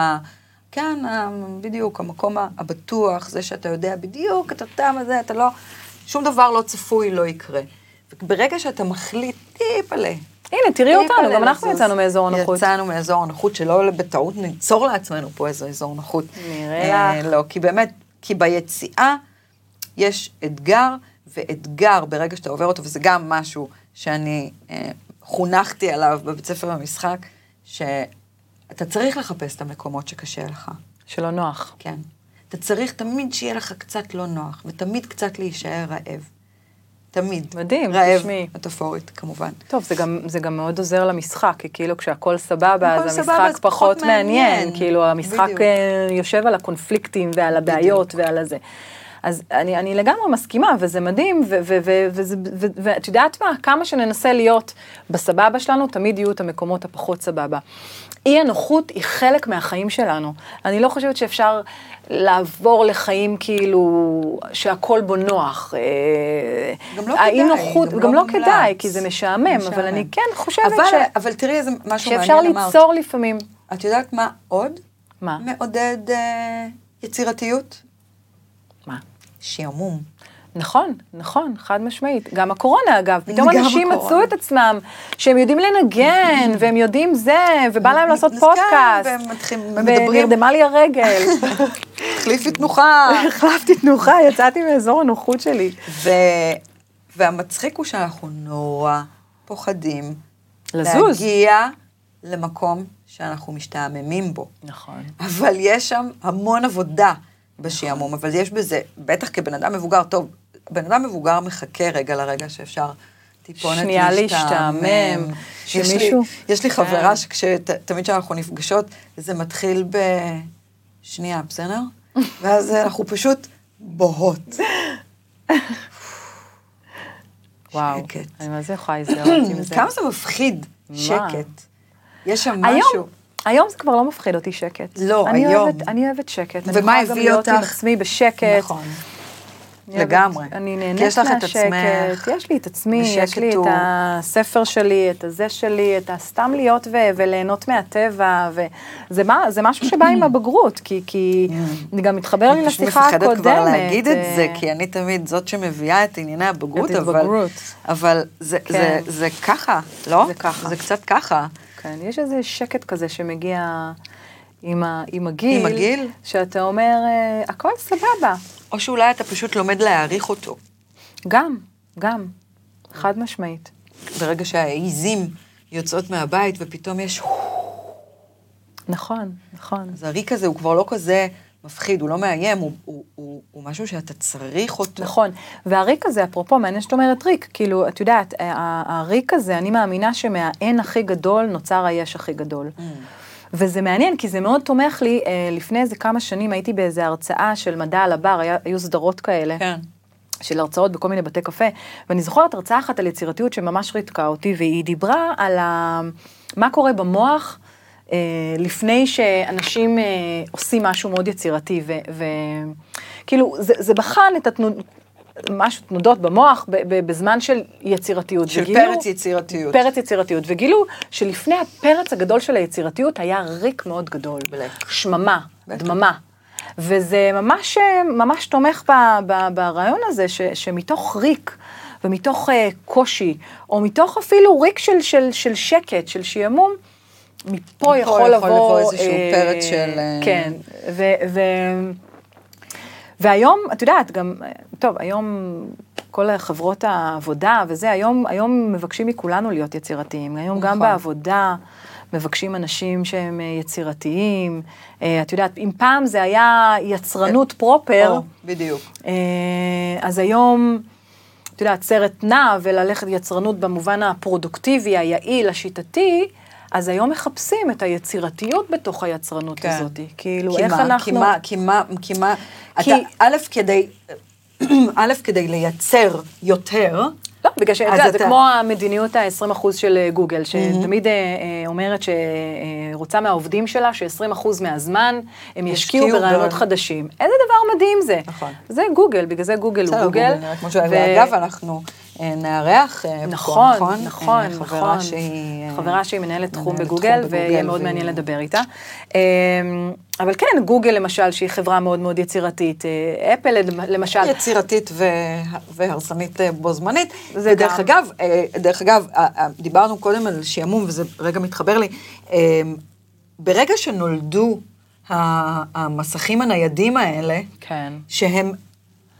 Speaker 2: כן, ה- בדיוק, המקום ה- הבטוח, זה שאתה יודע בדיוק את הטעם הזה, אתה לא, שום דבר לא צפוי לא יקרה. וברגע שאתה מחליט טיפלה
Speaker 3: הנה, תראי אותנו,
Speaker 2: טיפה
Speaker 3: גם אנחנו
Speaker 2: לזוז.
Speaker 3: יצאנו מאזור הנוחות.
Speaker 2: אה, יצאנו מאזור הנוחות, שלא בטעות ניצור לעצמנו פה איזה אזור נוחות.
Speaker 3: נראה
Speaker 2: אה,
Speaker 3: לך.
Speaker 2: לא, כי באמת, כי ביציאה יש אתגר, ואתגר ברגע שאתה עובר אותו, וזה גם משהו שאני אה, חונכתי עליו בבית ספר במשחק, שאתה צריך לחפש את המקומות שקשה לך.
Speaker 3: שלא נוח.
Speaker 2: כן. אתה צריך תמיד שיהיה לך קצת לא נוח, ותמיד קצת להישאר רעב. תמיד.
Speaker 3: מדהים,
Speaker 2: רעב,
Speaker 3: תשמעי.
Speaker 2: מטאפורית, כמובן.
Speaker 3: טוב, זה גם, זה גם מאוד עוזר למשחק, כי כאילו כשהכול סבבה,
Speaker 2: הכל
Speaker 3: אז
Speaker 2: סבבה,
Speaker 3: המשחק
Speaker 2: אז פחות
Speaker 3: פחות מעניין.
Speaker 2: מעניין.
Speaker 3: כאילו, המשחק
Speaker 2: בדיוק.
Speaker 3: אה, יושב על הקונפליקטים ועל הבעיות ועל הזה. אז אני, אני לגמרי מסכימה, וזה מדהים, ו- ו- ו- וזה- ו- ואת יודעת מה? כמה שננסה להיות בסבבה שלנו, תמיד יהיו את המקומות הפחות סבבה. אי הנוחות היא חלק מהחיים שלנו. אני לא חושבת שאפשר לעבור לחיים כאילו, שהכל בו נוח. אה,
Speaker 2: גם לא
Speaker 3: האי
Speaker 2: כדאי,
Speaker 3: נוחות,
Speaker 2: גם
Speaker 3: גם
Speaker 2: לא
Speaker 3: לא
Speaker 2: מומלץ.
Speaker 3: כדאי, כי זה משעמם, אבל אני
Speaker 2: משעמם.
Speaker 3: כן חושבת
Speaker 2: אבל,
Speaker 3: ש-
Speaker 2: אבל תראי איזה משהו
Speaker 3: שאפשר
Speaker 2: מעניין אמרת.
Speaker 3: ליצור לפעמים.
Speaker 2: את יודעת מה עוד?
Speaker 3: מה?
Speaker 2: מעודד אה, יצירתיות?
Speaker 3: מה?
Speaker 2: שעמום.
Speaker 3: נכון, נכון, חד משמעית. גם הקורונה, אגב, פתאום
Speaker 2: גם
Speaker 3: אנשים
Speaker 2: הקורונה.
Speaker 3: מצאו את עצמם שהם יודעים לנגן, והם יודעים זה, ובא להם לעשות
Speaker 2: אז כן,
Speaker 3: פודקאסט.
Speaker 2: והם מתחילים- הם מדברים.
Speaker 3: ונרדמה לי הרגל,
Speaker 2: תחליפי תנוחה.
Speaker 3: החלפתי תנוחה, יצאתי מאזור הנוחות שלי.
Speaker 2: ו... והמצחיק הוא שאנחנו נורא פוחדים
Speaker 3: לזוז.
Speaker 2: להגיע למקום שאנחנו משתעממים בו.
Speaker 3: נכון.
Speaker 2: אבל יש שם המון עבודה בשעמום, אבל יש בזה, בטח כבן אדם מבוגר, טוב, בן אדם מבוגר מחכה רגע לרגע שאפשר טיפונת
Speaker 3: שנייה להשתעמם, שמישהו-
Speaker 2: יש לי, יש לי
Speaker 3: כן.
Speaker 2: חברה שתמיד כשאנחנו נפגשות, זה מתחיל ב... שנייה, בסדר? ואז אנחנו פשוט בוהות.
Speaker 3: וואו,
Speaker 2: שקט.
Speaker 3: אני מה זה יכולה להזדהות עם כן, זה.
Speaker 2: כמה זה מפחיד,
Speaker 3: מה?
Speaker 2: שקט. יש שם משהו.
Speaker 3: היום, היום זה כבר לא מפחיד אותי שקט.
Speaker 2: לא,
Speaker 3: אני
Speaker 2: היום.
Speaker 3: אוהבת, אני אוהבת שקט. אני
Speaker 2: ומה
Speaker 3: יכולה גם
Speaker 2: הביא
Speaker 3: להיות עם
Speaker 2: אותך?
Speaker 3: עצמי בשקט.
Speaker 2: נכון.
Speaker 3: אני אוהבת-
Speaker 2: לגמרי.
Speaker 3: אני
Speaker 2: כי
Speaker 3: נהנית
Speaker 2: יש לך את
Speaker 3: מהשקט.
Speaker 2: עצמך,
Speaker 3: יש לי את עצמי, יש
Speaker 2: בשקט
Speaker 3: לי
Speaker 2: הוא-
Speaker 3: את הספר שלי, את הזה שלי, את הסתם להיות ו- וליהנות מהטבע, וזה מה, זה משהו שבא עם הבגרות, כי, כי לא, אני גם מתחבר לי
Speaker 2: כן. אני פשוט
Speaker 3: לשיחה הקודמת.
Speaker 2: מפחדת כבר להגיד את זה,
Speaker 3: אה,
Speaker 2: כי אני תמיד זאת שמביאה את ענייני הבגרות,
Speaker 3: את
Speaker 2: אבל...
Speaker 3: התבגרות.
Speaker 2: אבל זה,
Speaker 3: כן.
Speaker 2: זה, זה ככה, לא?
Speaker 3: זה ככה.
Speaker 2: זה קצת ככה.
Speaker 3: כן, יש איזה שקט כזה שמגיע עם, ה, עם הגיל.
Speaker 2: עם הגיל?
Speaker 3: שאתה אומר, אה, הכל סבבה.
Speaker 2: או שאולי אתה פשוט לומד להעריך אותו.
Speaker 3: גם, גם, חד משמעית.
Speaker 2: ברגע שהעיזים יוצאות מהבית ופתאום יש...
Speaker 3: נכון, נכון.
Speaker 2: אז הריק הזה הוא כבר לא כזה מפחיד, הוא לא מאיים, הוא, הוא, הוא, הוא משהו שאתה צריך אותו.
Speaker 3: נכון, והריק הזה, אפרופו, מעניין שאת אומרת ריק, כאילו, את יודעת, ה- ה- הריק הזה, אני מאמינה שמהאין הכי גדול נוצר היש הכי גדול. וזה מעניין, כי זה מאוד תומך לי, אה, לפני איזה כמה שנים הייתי באיזה הרצאה של מדע על הבר, היה, היו סדרות כאלה.
Speaker 2: כן.
Speaker 3: של הרצאות בכל מיני בתי קפה, ואני זוכרת הרצאה אחת על יצירתיות שממש ריתקה אותי, והיא דיברה על ה... מה קורה במוח אה, לפני שאנשים אה, עושים משהו מאוד יצירתי, וכאילו, זה, זה בחן את התנודות, משהו, תנודות במוח ב, ב, בזמן של יצירתיות.
Speaker 2: של
Speaker 3: וגילו-
Speaker 2: פרץ יצירתיות.
Speaker 3: פרץ יצירתיות, וגילו שלפני הפרץ הגדול של היצירתיות היה ריק מאוד גדול.
Speaker 2: בטח.
Speaker 3: שממה,
Speaker 2: בטח.
Speaker 3: דממה. וזה ממש, אה, ממש תומך ב, ב, ברעיון הזה, ש, שמתוך ריק ומתוך uh, קושי, או מתוך אפילו ריק של, של, של שקט, של שעמום, מפה
Speaker 2: מפה
Speaker 3: יכול
Speaker 2: יכול
Speaker 3: לבוא...
Speaker 2: לבוא איזשהו פרץ של, אה,
Speaker 3: כן, ו... ו והיום, את יודעת, גם, אה, טוב, היום כל חברות העבודה וזה, היום, היום מבקשים מכולנו להיות יצירתיים. היום גם
Speaker 2: נכון.
Speaker 3: בעבודה מבקשים אנשים שהם אה, יצירתיים. אה, את יודעת, אם פעם זה היה יצרנות פרופר,
Speaker 2: אה, או, בדיוק.
Speaker 3: אה, אז היום, את יודעת, סרט נע וללכת יצרנות במובן הפרודוקטיבי, היעיל, השיטתי, אז היום מחפשים את היצירתיות בתוך היצרנות
Speaker 2: כן.
Speaker 3: הזאת. כאילו,
Speaker 2: כי
Speaker 3: איך
Speaker 2: מה,
Speaker 3: אנחנו...
Speaker 2: כי מה, כי מה, כי מה,
Speaker 3: כי-
Speaker 2: אתה, א', כדי, א', כדי לייצר יותר,
Speaker 3: לא, בגלל שאתה
Speaker 2: אז
Speaker 3: יודע, זה
Speaker 2: אתה- Mm-hmm.
Speaker 3: כמו המדיניות ה-20% של אה, גוגל, שתמיד אה, אה, אומרת שרוצה מהעובדים שלה ש-20% מהזמן הם ישקיעו
Speaker 2: ישקיעו
Speaker 3: ברעיונות
Speaker 2: ב-
Speaker 3: חדשים. איזה דבר מדהים זה.
Speaker 2: נכון.
Speaker 3: זה גוגל, בגלל זה גוגל הוא
Speaker 2: בסדר,
Speaker 3: גוגל.
Speaker 2: גוגל נראה כמו שהוא-
Speaker 3: ו-
Speaker 2: ואגב, אנחנו אה, נארח אה, פה,
Speaker 3: נכון, נכון,
Speaker 2: אה,
Speaker 3: נכון.
Speaker 2: חברה שהיא... אה,
Speaker 3: חברה שהיא מנהלת תחום
Speaker 2: מנהלת
Speaker 3: בגוגל,
Speaker 2: תחום
Speaker 3: ויהיה
Speaker 2: בגוגל,
Speaker 3: מאוד
Speaker 2: והיא-
Speaker 3: מעניין לדבר איתה. אמ, אבל כן, גוגל למשל, שהיא חברה מאוד מאוד יצירתית, אה, אפל למשל,
Speaker 2: יצירתית וה- והרסנית אה, בו זמנית.
Speaker 3: זה
Speaker 2: ודרך
Speaker 3: גם.
Speaker 2: אגב, אה, דרך אגב, אה, אה, דיברנו קודם על שעמום, וזה רגע מתחבר לי. אה, ברגע שנולדו ה- המסכים הניידים האלה,
Speaker 3: כן.
Speaker 2: שהם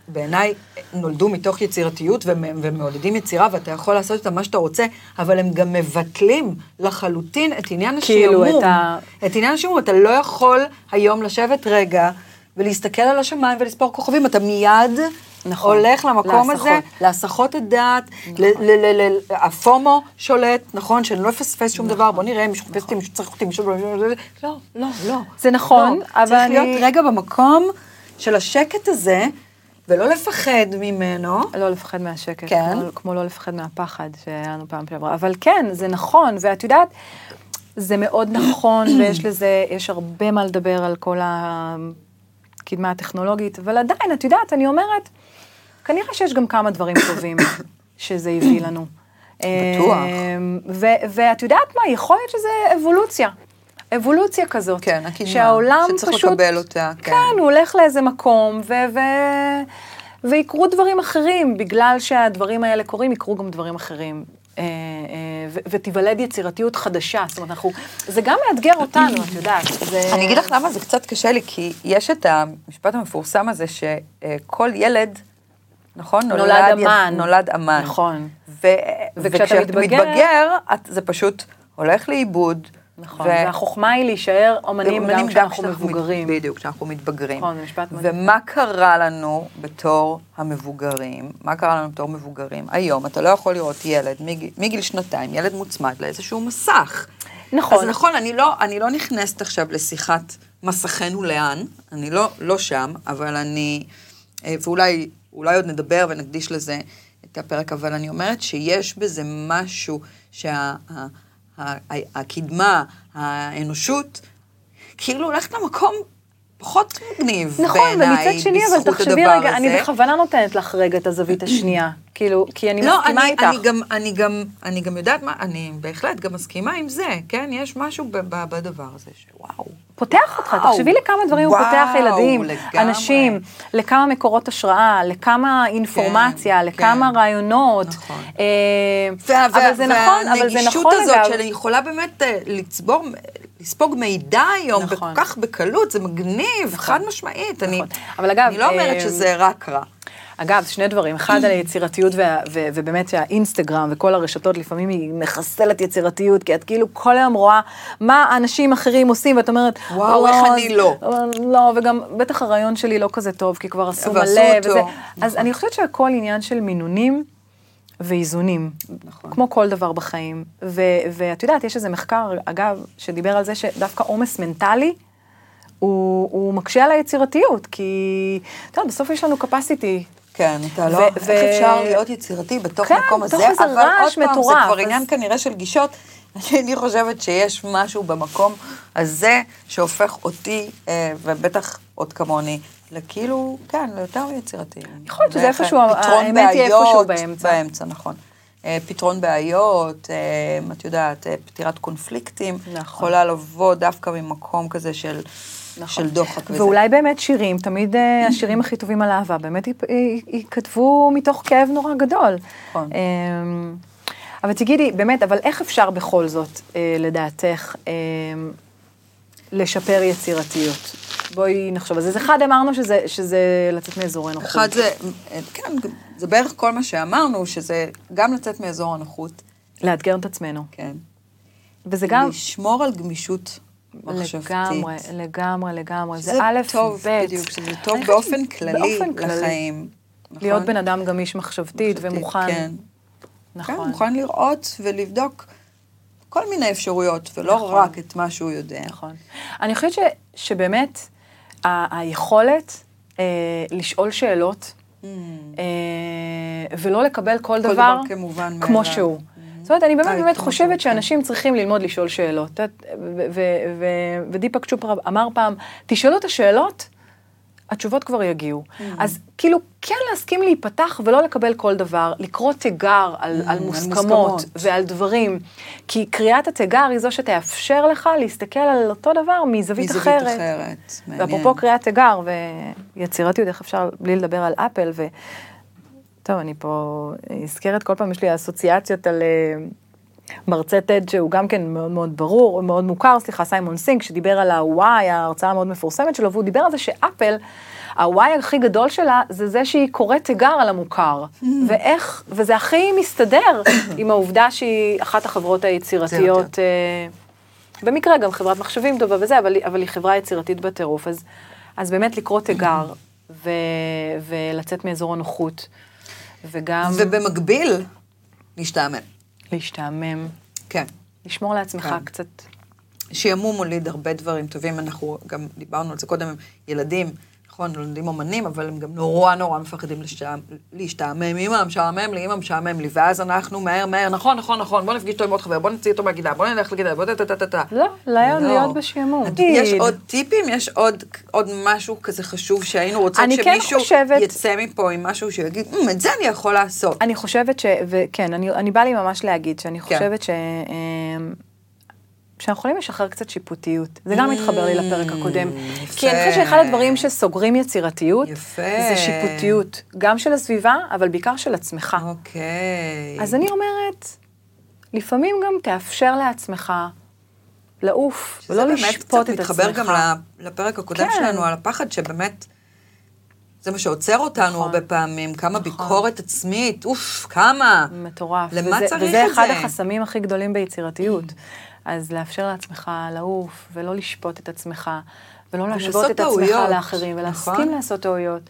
Speaker 2: בעיניי נולדו מתוך יצירתיות והם- והם מעודדים יצירה, ואתה יכול לעשות איתם מה שאתה רוצה, אבל הם גם מבטלים לחלוטין את עניין
Speaker 3: כאילו,
Speaker 2: השעמום.
Speaker 3: את ה-
Speaker 2: את עניין השעמום, אתה לא יכול היום לשבת רגע ולהסתכל על השמיים ולספור כוכבים, אתה מיד
Speaker 3: נכון.
Speaker 2: נכון, הולך למקום
Speaker 3: להסחות. נכון.
Speaker 2: הזה, להסחות הדעת, ל- ל- ל- ל- הפומו שולט, נכון, שאני לא אפספס שום דבר, בוא נראה, מי שחופשת, מי שצריך אותי, מי ש... לא, לא, לא.
Speaker 3: זה נכון,
Speaker 2: לא,
Speaker 3: אבל
Speaker 2: צריך להיות
Speaker 3: אני-
Speaker 2: רגע במקום של השקט הזה, ולא לפחד ממנו.
Speaker 3: לא לפחד מהשקט,
Speaker 2: כן.
Speaker 3: כמו, כמו לא לפחד מהפחד שהיה לנו פעם שעברה. אבל כן, זה נכון, ואת יודעת, זה מאוד נכון, ויש לזה, יש הרבה מה לדבר על כל הקדמה הטכנולוגית, אבל עדיין, את יודעת, אני אומרת, כנראה שיש גם כמה דברים טובים שזה הביא לנו.
Speaker 2: בטוח.
Speaker 3: אמ, ו- ואת יודעת מה, יכול להיות שזה אבולוציה. אבולוציה כזאת.
Speaker 2: כן, הקדמה,
Speaker 3: שהעולם
Speaker 2: שצריך
Speaker 3: פשוט...
Speaker 2: לקבל אותה, כן.
Speaker 3: כן, הוא הולך לאיזה מקום, ו... ו... ויקרו דברים אחרים, בגלל שהדברים האלה קורים, יקרו גם דברים אחרים. אה, אה, ו- ותיוולד יצירתיות חדשה, זאת אומרת, אנחנו, זה גם מאתגר אותנו, את יודעת. זה...
Speaker 2: אני אגיד לך למה זה קצת קשה לי, כי יש את המשפט המפורסם הזה שכל ילד, נכון?
Speaker 3: נולד אמן.
Speaker 2: נולד אמן.
Speaker 3: נכון.
Speaker 2: ו-
Speaker 3: וכשאתה
Speaker 2: וכשאתה
Speaker 3: מתבגר-
Speaker 2: מתבגר, את- זה פשוט הולך לאיבוד.
Speaker 3: נכון,
Speaker 2: ו-
Speaker 3: והחוכמה היא להישאר אומנים גם כשאנחנו
Speaker 2: מת-
Speaker 3: מבוגרים.
Speaker 2: בדיוק, כשאנחנו מתבגרים.
Speaker 3: נכון, זה משפט מדהים.
Speaker 2: ומה קרה לנו בתור המבוגרים? מה קרה לנו בתור מבוגרים? היום אתה לא יכול לראות ילד מגיל, מגיל שנתיים, ילד מוצמד לאיזשהו מסך.
Speaker 3: נכון.
Speaker 2: אז נכון, אני לא, אני לא נכנסת עכשיו לשיחת מסכנו לאן, אני לא, לא שם, אבל אני, אה, ואולי אולי עוד נדבר ונקדיש לזה את הפרק, אבל אני אומרת שיש בזה משהו שהקדמה, שה, ה- ה- הקדמה, האנושות, כאילו הולכת למקום פחות מגניב
Speaker 3: נכון,
Speaker 2: בעיניי,
Speaker 3: ומצד שני, אבל
Speaker 2: בזכות
Speaker 3: תחשבי
Speaker 2: הדבר
Speaker 3: רגע,
Speaker 2: הזה.
Speaker 3: אני בכוונה נותנת לך רגע את הזווית השנייה, כאילו, כי אני
Speaker 2: לא,
Speaker 3: מסכימה
Speaker 2: אני,
Speaker 3: איתך.
Speaker 2: אני גם, אני גם, אני גם יודעת מה, אני בהחלט גם מסכימה עם זה, כן? יש משהו ב, ב, בדבר הזה שוואו.
Speaker 3: פותח אותך,
Speaker 2: וואו.
Speaker 3: תחשבי לכמה דברים הוא
Speaker 2: וואו,
Speaker 3: פותח ילדים,
Speaker 2: לגמרי.
Speaker 3: אנשים, לכמה מקורות השראה, לכמה אינפורמציה,
Speaker 2: כן.
Speaker 3: לכמה רעיונות.
Speaker 2: נכון.
Speaker 3: אה,
Speaker 2: וה-
Speaker 3: אבל זה
Speaker 2: וה-
Speaker 3: נכון, אבל זה
Speaker 2: והנגישות
Speaker 3: נכון
Speaker 2: הזאת
Speaker 3: אגב.
Speaker 2: של יכולה באמת אה, לצבור, לספוג מידע היום,
Speaker 3: נכון.
Speaker 2: וכל כך בקלות, זה מגניב, חד משמעית. אני,
Speaker 3: אבל אגב,
Speaker 2: אני לא אומרת
Speaker 3: אה,
Speaker 2: שזה רק רע.
Speaker 3: אגב, שני דברים, אחד על היצירתיות וה, ו, ובאמת שהאינסטגרם וכל הרשתות, לפעמים היא מחסלת יצירתיות, כי את כאילו כל היום רואה מה אנשים אחרים עושים, ואת אומרת,
Speaker 2: וואו, איך אני
Speaker 3: אז-
Speaker 2: לא."
Speaker 3: לא, וגם בטח הרעיון שלי לא כזה טוב, כי כבר עשו
Speaker 2: ועשו
Speaker 3: מלא
Speaker 2: אותו.
Speaker 3: וזה. אז
Speaker 2: נכון.
Speaker 3: אני חושבת שהכל עניין של מינונים. ואיזונים,
Speaker 2: נכון.
Speaker 3: כמו כל דבר בחיים. ו, ואת יודעת, יש איזה מחקר, אגב, שדיבר על זה שדווקא עומס מנטלי הוא, הוא מקשה על היצירתיות, כי, את יודעת, בסוף יש לנו capacity
Speaker 2: כן, אתה לא,
Speaker 3: ו-
Speaker 2: איך
Speaker 3: ו-
Speaker 2: אפשר להיות יצירתי בתוך
Speaker 3: כן,
Speaker 2: המקום הזה,
Speaker 3: בתוך איזה
Speaker 2: אבל עוד
Speaker 3: רעש
Speaker 2: פעם, זה
Speaker 3: מטורף,
Speaker 2: כבר
Speaker 3: אז-
Speaker 2: עניין כנראה של גישות. אני חושבת שיש משהו במקום הזה שהופך אותי, אה, ובטח עוד כמוני, לכאילו, כן, ליותר יצירתיים.
Speaker 3: יכול להיות שזה
Speaker 2: ואיך-
Speaker 3: איפשהו,
Speaker 2: פתרון
Speaker 3: האמת היא איפשהו
Speaker 2: בעיות,
Speaker 3: באמצע.
Speaker 2: באמצע, נכון. אה, פתרון בעיות, אה, את יודעת, אה, פתירת קונפליקטים,
Speaker 3: נכון.
Speaker 2: יכולה לבוא דווקא ממקום כזה של, של דוחק. וזה.
Speaker 3: נכון. ואולי באמת שירים, תמיד אה, השירים הכי טובים על אהבה, באמת ייפ- י- ייכתבו מתוך כאב נורא גדול.
Speaker 2: נכון.
Speaker 3: אמ, אבל תגידי, באמת, אבל איך אפשר בכל זאת, אה, לדעתך, אמ, לשפר יצירתיות? בואי נחשוב על זה. אז אחד אמרנו שזה, שזה לצאת מאזורי נוחות.
Speaker 2: אחד זה, כן, זה בערך כל מה שאמרנו, שזה גם לצאת מאזור הנוחות,
Speaker 3: לאתגר את עצמנו.
Speaker 2: כן.
Speaker 3: וזה גם...
Speaker 2: לשמור על גמישות מחשבתית.
Speaker 3: לגמרי, לגמרי, לגמרי. זה
Speaker 2: שזה
Speaker 3: א',
Speaker 2: טוב,
Speaker 3: ב'.
Speaker 2: בדיוק, שזה טוב
Speaker 3: אני חושבת
Speaker 2: באופן
Speaker 3: שזה-
Speaker 2: כללי
Speaker 3: באופן כללי.
Speaker 2: לחיים. נכון?
Speaker 3: להיות בן אדם גמיש מחשבתית
Speaker 2: מחשבתית,
Speaker 3: ומוכן.
Speaker 2: כן.
Speaker 3: נכון.
Speaker 2: כן, מוכן לראות ולבדוק כל מיני אפשרויות, ולא
Speaker 3: נכון.
Speaker 2: רק את מה שהוא יודע.
Speaker 3: נכון. אני חושבת ש, שבאמת ה, היכולת אה, לשאול שאלות, אה, ולא לקבל כל,
Speaker 2: Mm. כל
Speaker 3: דבר,
Speaker 2: דבר כמובן
Speaker 3: כמו
Speaker 2: מאליו.
Speaker 3: שהוא. זאת אומרת, אני באמת
Speaker 2: אה,
Speaker 3: באמת
Speaker 2: כמו
Speaker 3: חושבת
Speaker 2: שהוא, כן.
Speaker 3: שאנשים צריכים ללמוד לשאול שאלות. את יודעת, ו- ו- ו- ודיפק צ'ופרה אמר פעם, תשאלו את השאלות, התשובות כבר יגיעו.
Speaker 2: Mm.
Speaker 3: אז כאילו, כן להסכים להיפתח ולא לקבל כל דבר, לקרוא תיגר על, על מוסכמות
Speaker 2: Mm, מוסכמות.
Speaker 3: ועל דברים. כי קריאת התיגר היא זו שתאפשר לך להסתכל על אותו דבר מזווית
Speaker 2: מזווית
Speaker 3: אחרת.
Speaker 2: אחרת, מעניין.
Speaker 3: ואפרופו קריאת תיגר ויצירתיות, איך אפשר בלי לדבר על אפל ו... טוב, אני פה נזכרת, כל פעם יש לי אסוציאציות על אה, מרצה TED שהוא גם כן מאוד מאוד ברור, מאוד מוכר, סליחה, סיימון סינק, שדיבר על ה-Y, ההרצאה המאוד מפורסמת שלו, והוא דיבר על זה שאפל, ה-Y הכי גדול שלה זה זה שהיא קוראת תיגר על המוכר.
Speaker 2: Mm.
Speaker 3: ואיך, וזה הכי מסתדר עם העובדה שהיא אחת החברות היצירתיות.
Speaker 2: יצירתיות.
Speaker 3: אה, במקרה גם חברת מחשבים טובה וזה, אבל, היא- אבל היא חברה יצירתית בטירוף, אז אז באמת לקרוא תיגר, ו- ולצאת מאזור הנוחות, וגם
Speaker 2: ובמקביל, להשתעמם.
Speaker 3: להשתעמם,
Speaker 2: כן.
Speaker 3: לשמור לעצמך
Speaker 2: כן.
Speaker 3: קצת.
Speaker 2: שעמום מוליד הרבה דברים טובים, אנחנו גם דיברנו על זה קודם, הם ילדים, נכון, נולדים אומנים, אבל הם גם נורא נורא מפחדים לשתעמ- להשתעמם, אמא משעמם לי, אמא משעמם לי, ואז אנחנו מהר מהר, נכון, נכון, נכון, בוא נפגיש אותו עם עוד חבר, בוא נצא איתו מהגידה, בוא נלך לגידה, בוא טה-טה-טה-טה.
Speaker 3: לא, להיות- להיות בשעמום.
Speaker 2: יש
Speaker 3: תגיד.
Speaker 2: עוד טיפים, יש עוד, עוד משהו כזה חשוב שהיינו רוצות
Speaker 3: אני כן
Speaker 2: שמישהו
Speaker 3: חושבת-
Speaker 2: יצא מפה עם משהו שיגיד, "מ, את זה אני יכול לעשות.
Speaker 3: אני חושבת ש... וכן, אני, אני בא לי ממש להגיד שאני
Speaker 2: כן.
Speaker 3: חושבת ש... אמ, שאנחנו יכולים לשחרר קצת שיפוטיות. זה גם מתחבר לי לפרק הקודם.
Speaker 2: Mm, יפה.
Speaker 3: כי אני חושבת שאחד הדברים שסוגרים יצירתיות,
Speaker 2: יפה.
Speaker 3: זה שיפוטיות. גם של הסביבה, אבל בעיקר של עצמך.
Speaker 2: אוקיי.
Speaker 3: אז אני אומרת, לפעמים גם תאפשר לעצמך לעוף, ולא לשפוט את עצמך.
Speaker 2: שזה באמת קצת מתחבר גם לפרק הקודם
Speaker 3: כן.
Speaker 2: שלנו, על הפחד שבאמת, זה מה שעוצר אותנו
Speaker 3: נכון.
Speaker 2: הרבה פעמים, כמה
Speaker 3: נכון.
Speaker 2: ביקורת עצמית, אוף, כמה.
Speaker 3: מטורף.
Speaker 2: למה
Speaker 3: וזה,
Speaker 2: צריך
Speaker 3: וזה
Speaker 2: את
Speaker 3: אחד
Speaker 2: זה? Mm.
Speaker 3: החסמים הכי גדולים ביצירתיות. אז לאפשר לעצמך לעוף, ולא לשפוט את עצמך, ולא להשוות את עצמך
Speaker 2: טעויות,
Speaker 3: לאחרים, ולהסכים
Speaker 2: נכון.
Speaker 3: לעשות טעויות.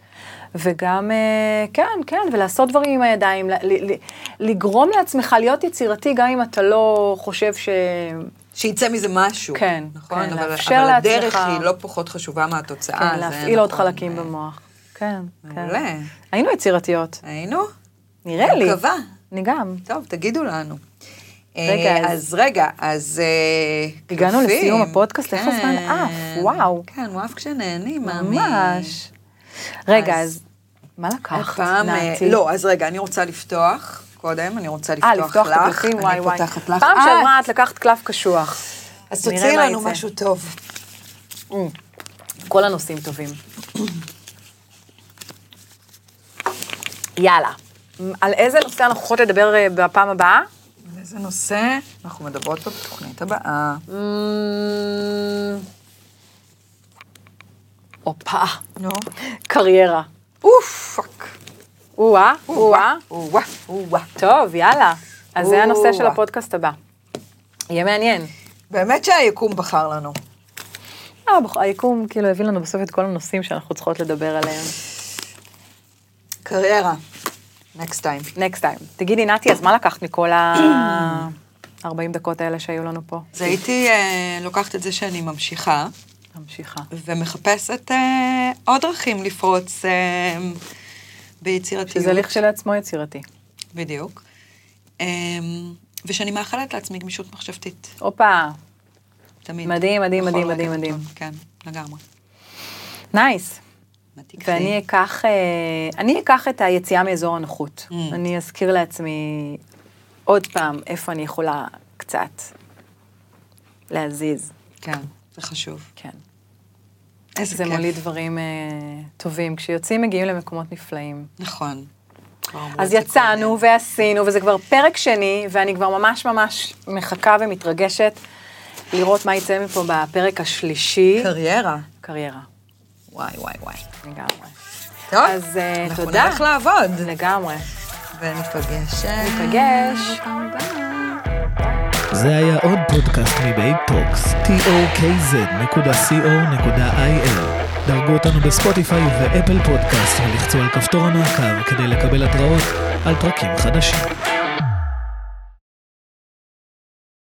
Speaker 3: וגם, אה, כן, כן, ולעשות דברים עם הידיים, ל- ל- ל- לגרום לעצמך להיות יצירתי, גם אם אתה לא חושב ש...
Speaker 2: שיצא מזה משהו.
Speaker 3: כן,
Speaker 2: נכון,
Speaker 3: כן,
Speaker 2: אבל,
Speaker 3: לאפשר
Speaker 2: אבל
Speaker 3: לעצמך-
Speaker 2: הדרך היא לא פחות חשובה מהתוצאה.
Speaker 3: כן,
Speaker 2: זה
Speaker 3: להפעיל עוד
Speaker 2: נכון.
Speaker 3: חלקים במוח. כן, כן.
Speaker 2: מעולה.
Speaker 3: היינו יצירתיות,
Speaker 2: היינו?
Speaker 3: נראה לי.
Speaker 2: מקווה.
Speaker 3: אני גם.
Speaker 2: טוב, תגידו לנו.
Speaker 3: רגע,
Speaker 2: אה,
Speaker 3: אז-
Speaker 2: אז רגע, אז... אה,
Speaker 3: הגענו
Speaker 2: כיפים.
Speaker 3: לסיום הפודקאסט, איך
Speaker 2: כן.
Speaker 3: הזמן עף, וואו.
Speaker 2: כן, הוא עף כשנהנים, מאמי.
Speaker 3: ממש. רגע,
Speaker 2: אז-
Speaker 3: אז מה לקחת,
Speaker 2: הפעם, אה,
Speaker 3: נעתי?
Speaker 2: לא, אז רגע, אני רוצה לפתוח קודם, אני רוצה לפתוח
Speaker 3: אה,
Speaker 2: לך.
Speaker 3: לפתוח את הקלפים, וואי וואי.
Speaker 2: אני פותחת לך.
Speaker 3: פעם
Speaker 2: אה,
Speaker 3: שעברה את לקחת קלף קשוח.
Speaker 2: אז
Speaker 3: נראה
Speaker 2: תוציאי
Speaker 3: מה
Speaker 2: לנו
Speaker 3: יצא.
Speaker 2: משהו טוב.
Speaker 3: כל הנושאים טובים. יאללה. על איזה נושא אנחנו הולכות לדבר אה, בפעם הבאה?
Speaker 2: על איזה נושא אנחנו מדברות פה בתוכנית הבאה.
Speaker 3: אמ, הופה.
Speaker 2: נו.
Speaker 3: קריירה.
Speaker 2: אוף, פאק.
Speaker 3: או-אה, או-אה.
Speaker 2: או-אה, או-אה.
Speaker 3: טוב, יאללה. אז זה הנושא של
Speaker 2: או-אה.
Speaker 3: הפודקאסט הבא. יהיה מעניין.
Speaker 2: באמת שהיקום בחר לנו.
Speaker 3: אה, בח- היקום כאילו הביא לנו בסוף את כל הנושאים שאנחנו צריכות לדבר עליהם.
Speaker 2: קריירה. נקסט טיים.
Speaker 3: נקסט טיים. תגידי, נתי, אז מה לקחת מכל ה-40 דקות האלה שהיו לנו פה?
Speaker 2: אז הייתי אה, לוקחת את זה שאני ממשיכה,
Speaker 3: ממשיכה.
Speaker 2: ומחפשת אה, עוד דרכים לפרוץ אה, ביצירתיות.
Speaker 3: שזה הליך שלעצמו יצירתי.
Speaker 2: בדיוק. אמ, ושאני מאחלת לעצמי גמישות מחשבתית,
Speaker 3: הופה,
Speaker 2: תמיד.
Speaker 3: מדהים, מדהים,
Speaker 2: בכל
Speaker 3: מדהים,
Speaker 2: רגע
Speaker 3: מדהים,
Speaker 2: נתון.
Speaker 3: מדהים.
Speaker 2: כן, לגמרי.
Speaker 3: נייס.
Speaker 2: מה תיקחי?
Speaker 3: ואני אקח, אה, אני אקח את היציאה מאזור הנוחות.
Speaker 2: Mm.
Speaker 3: אני אזכיר לעצמי עוד פעם איפה אני יכולה קצת להזיז.
Speaker 2: כן, זה חשוב.
Speaker 3: כן.
Speaker 2: איזה
Speaker 3: זה
Speaker 2: כיף.
Speaker 3: מוליד דברים אה, טובים. כשיוצאים מגיעים למקומות נפלאים.
Speaker 2: נכון. כבר אמרו את
Speaker 3: אז
Speaker 2: זה
Speaker 3: יצאנו
Speaker 2: קודם.
Speaker 3: ועשינו, וזה כבר פרק שני, ואני כבר ממש ממש מחכה ומתרגשת לראות מה יצא מפה בפרק השלישי.
Speaker 2: קריירה.
Speaker 3: קריירה,
Speaker 2: וואי, וואי, וואי.
Speaker 3: לגמרי.
Speaker 2: טוב,
Speaker 3: אז אה,
Speaker 2: אנחנו
Speaker 3: תודה.
Speaker 2: נלך לעבוד.
Speaker 3: לגמרי.
Speaker 2: וניפגש. אה,
Speaker 3: ניפגש.
Speaker 2: בפעם הבאה.
Speaker 1: זה היה עוד פודקאסט מבייב טוקס, tokz.co.il. דרגו אותנו בספוטיפיי ובאפל פודקאסט ולחצו על כפתור המעקב כדי לקבל התראות על פרקים חדשים.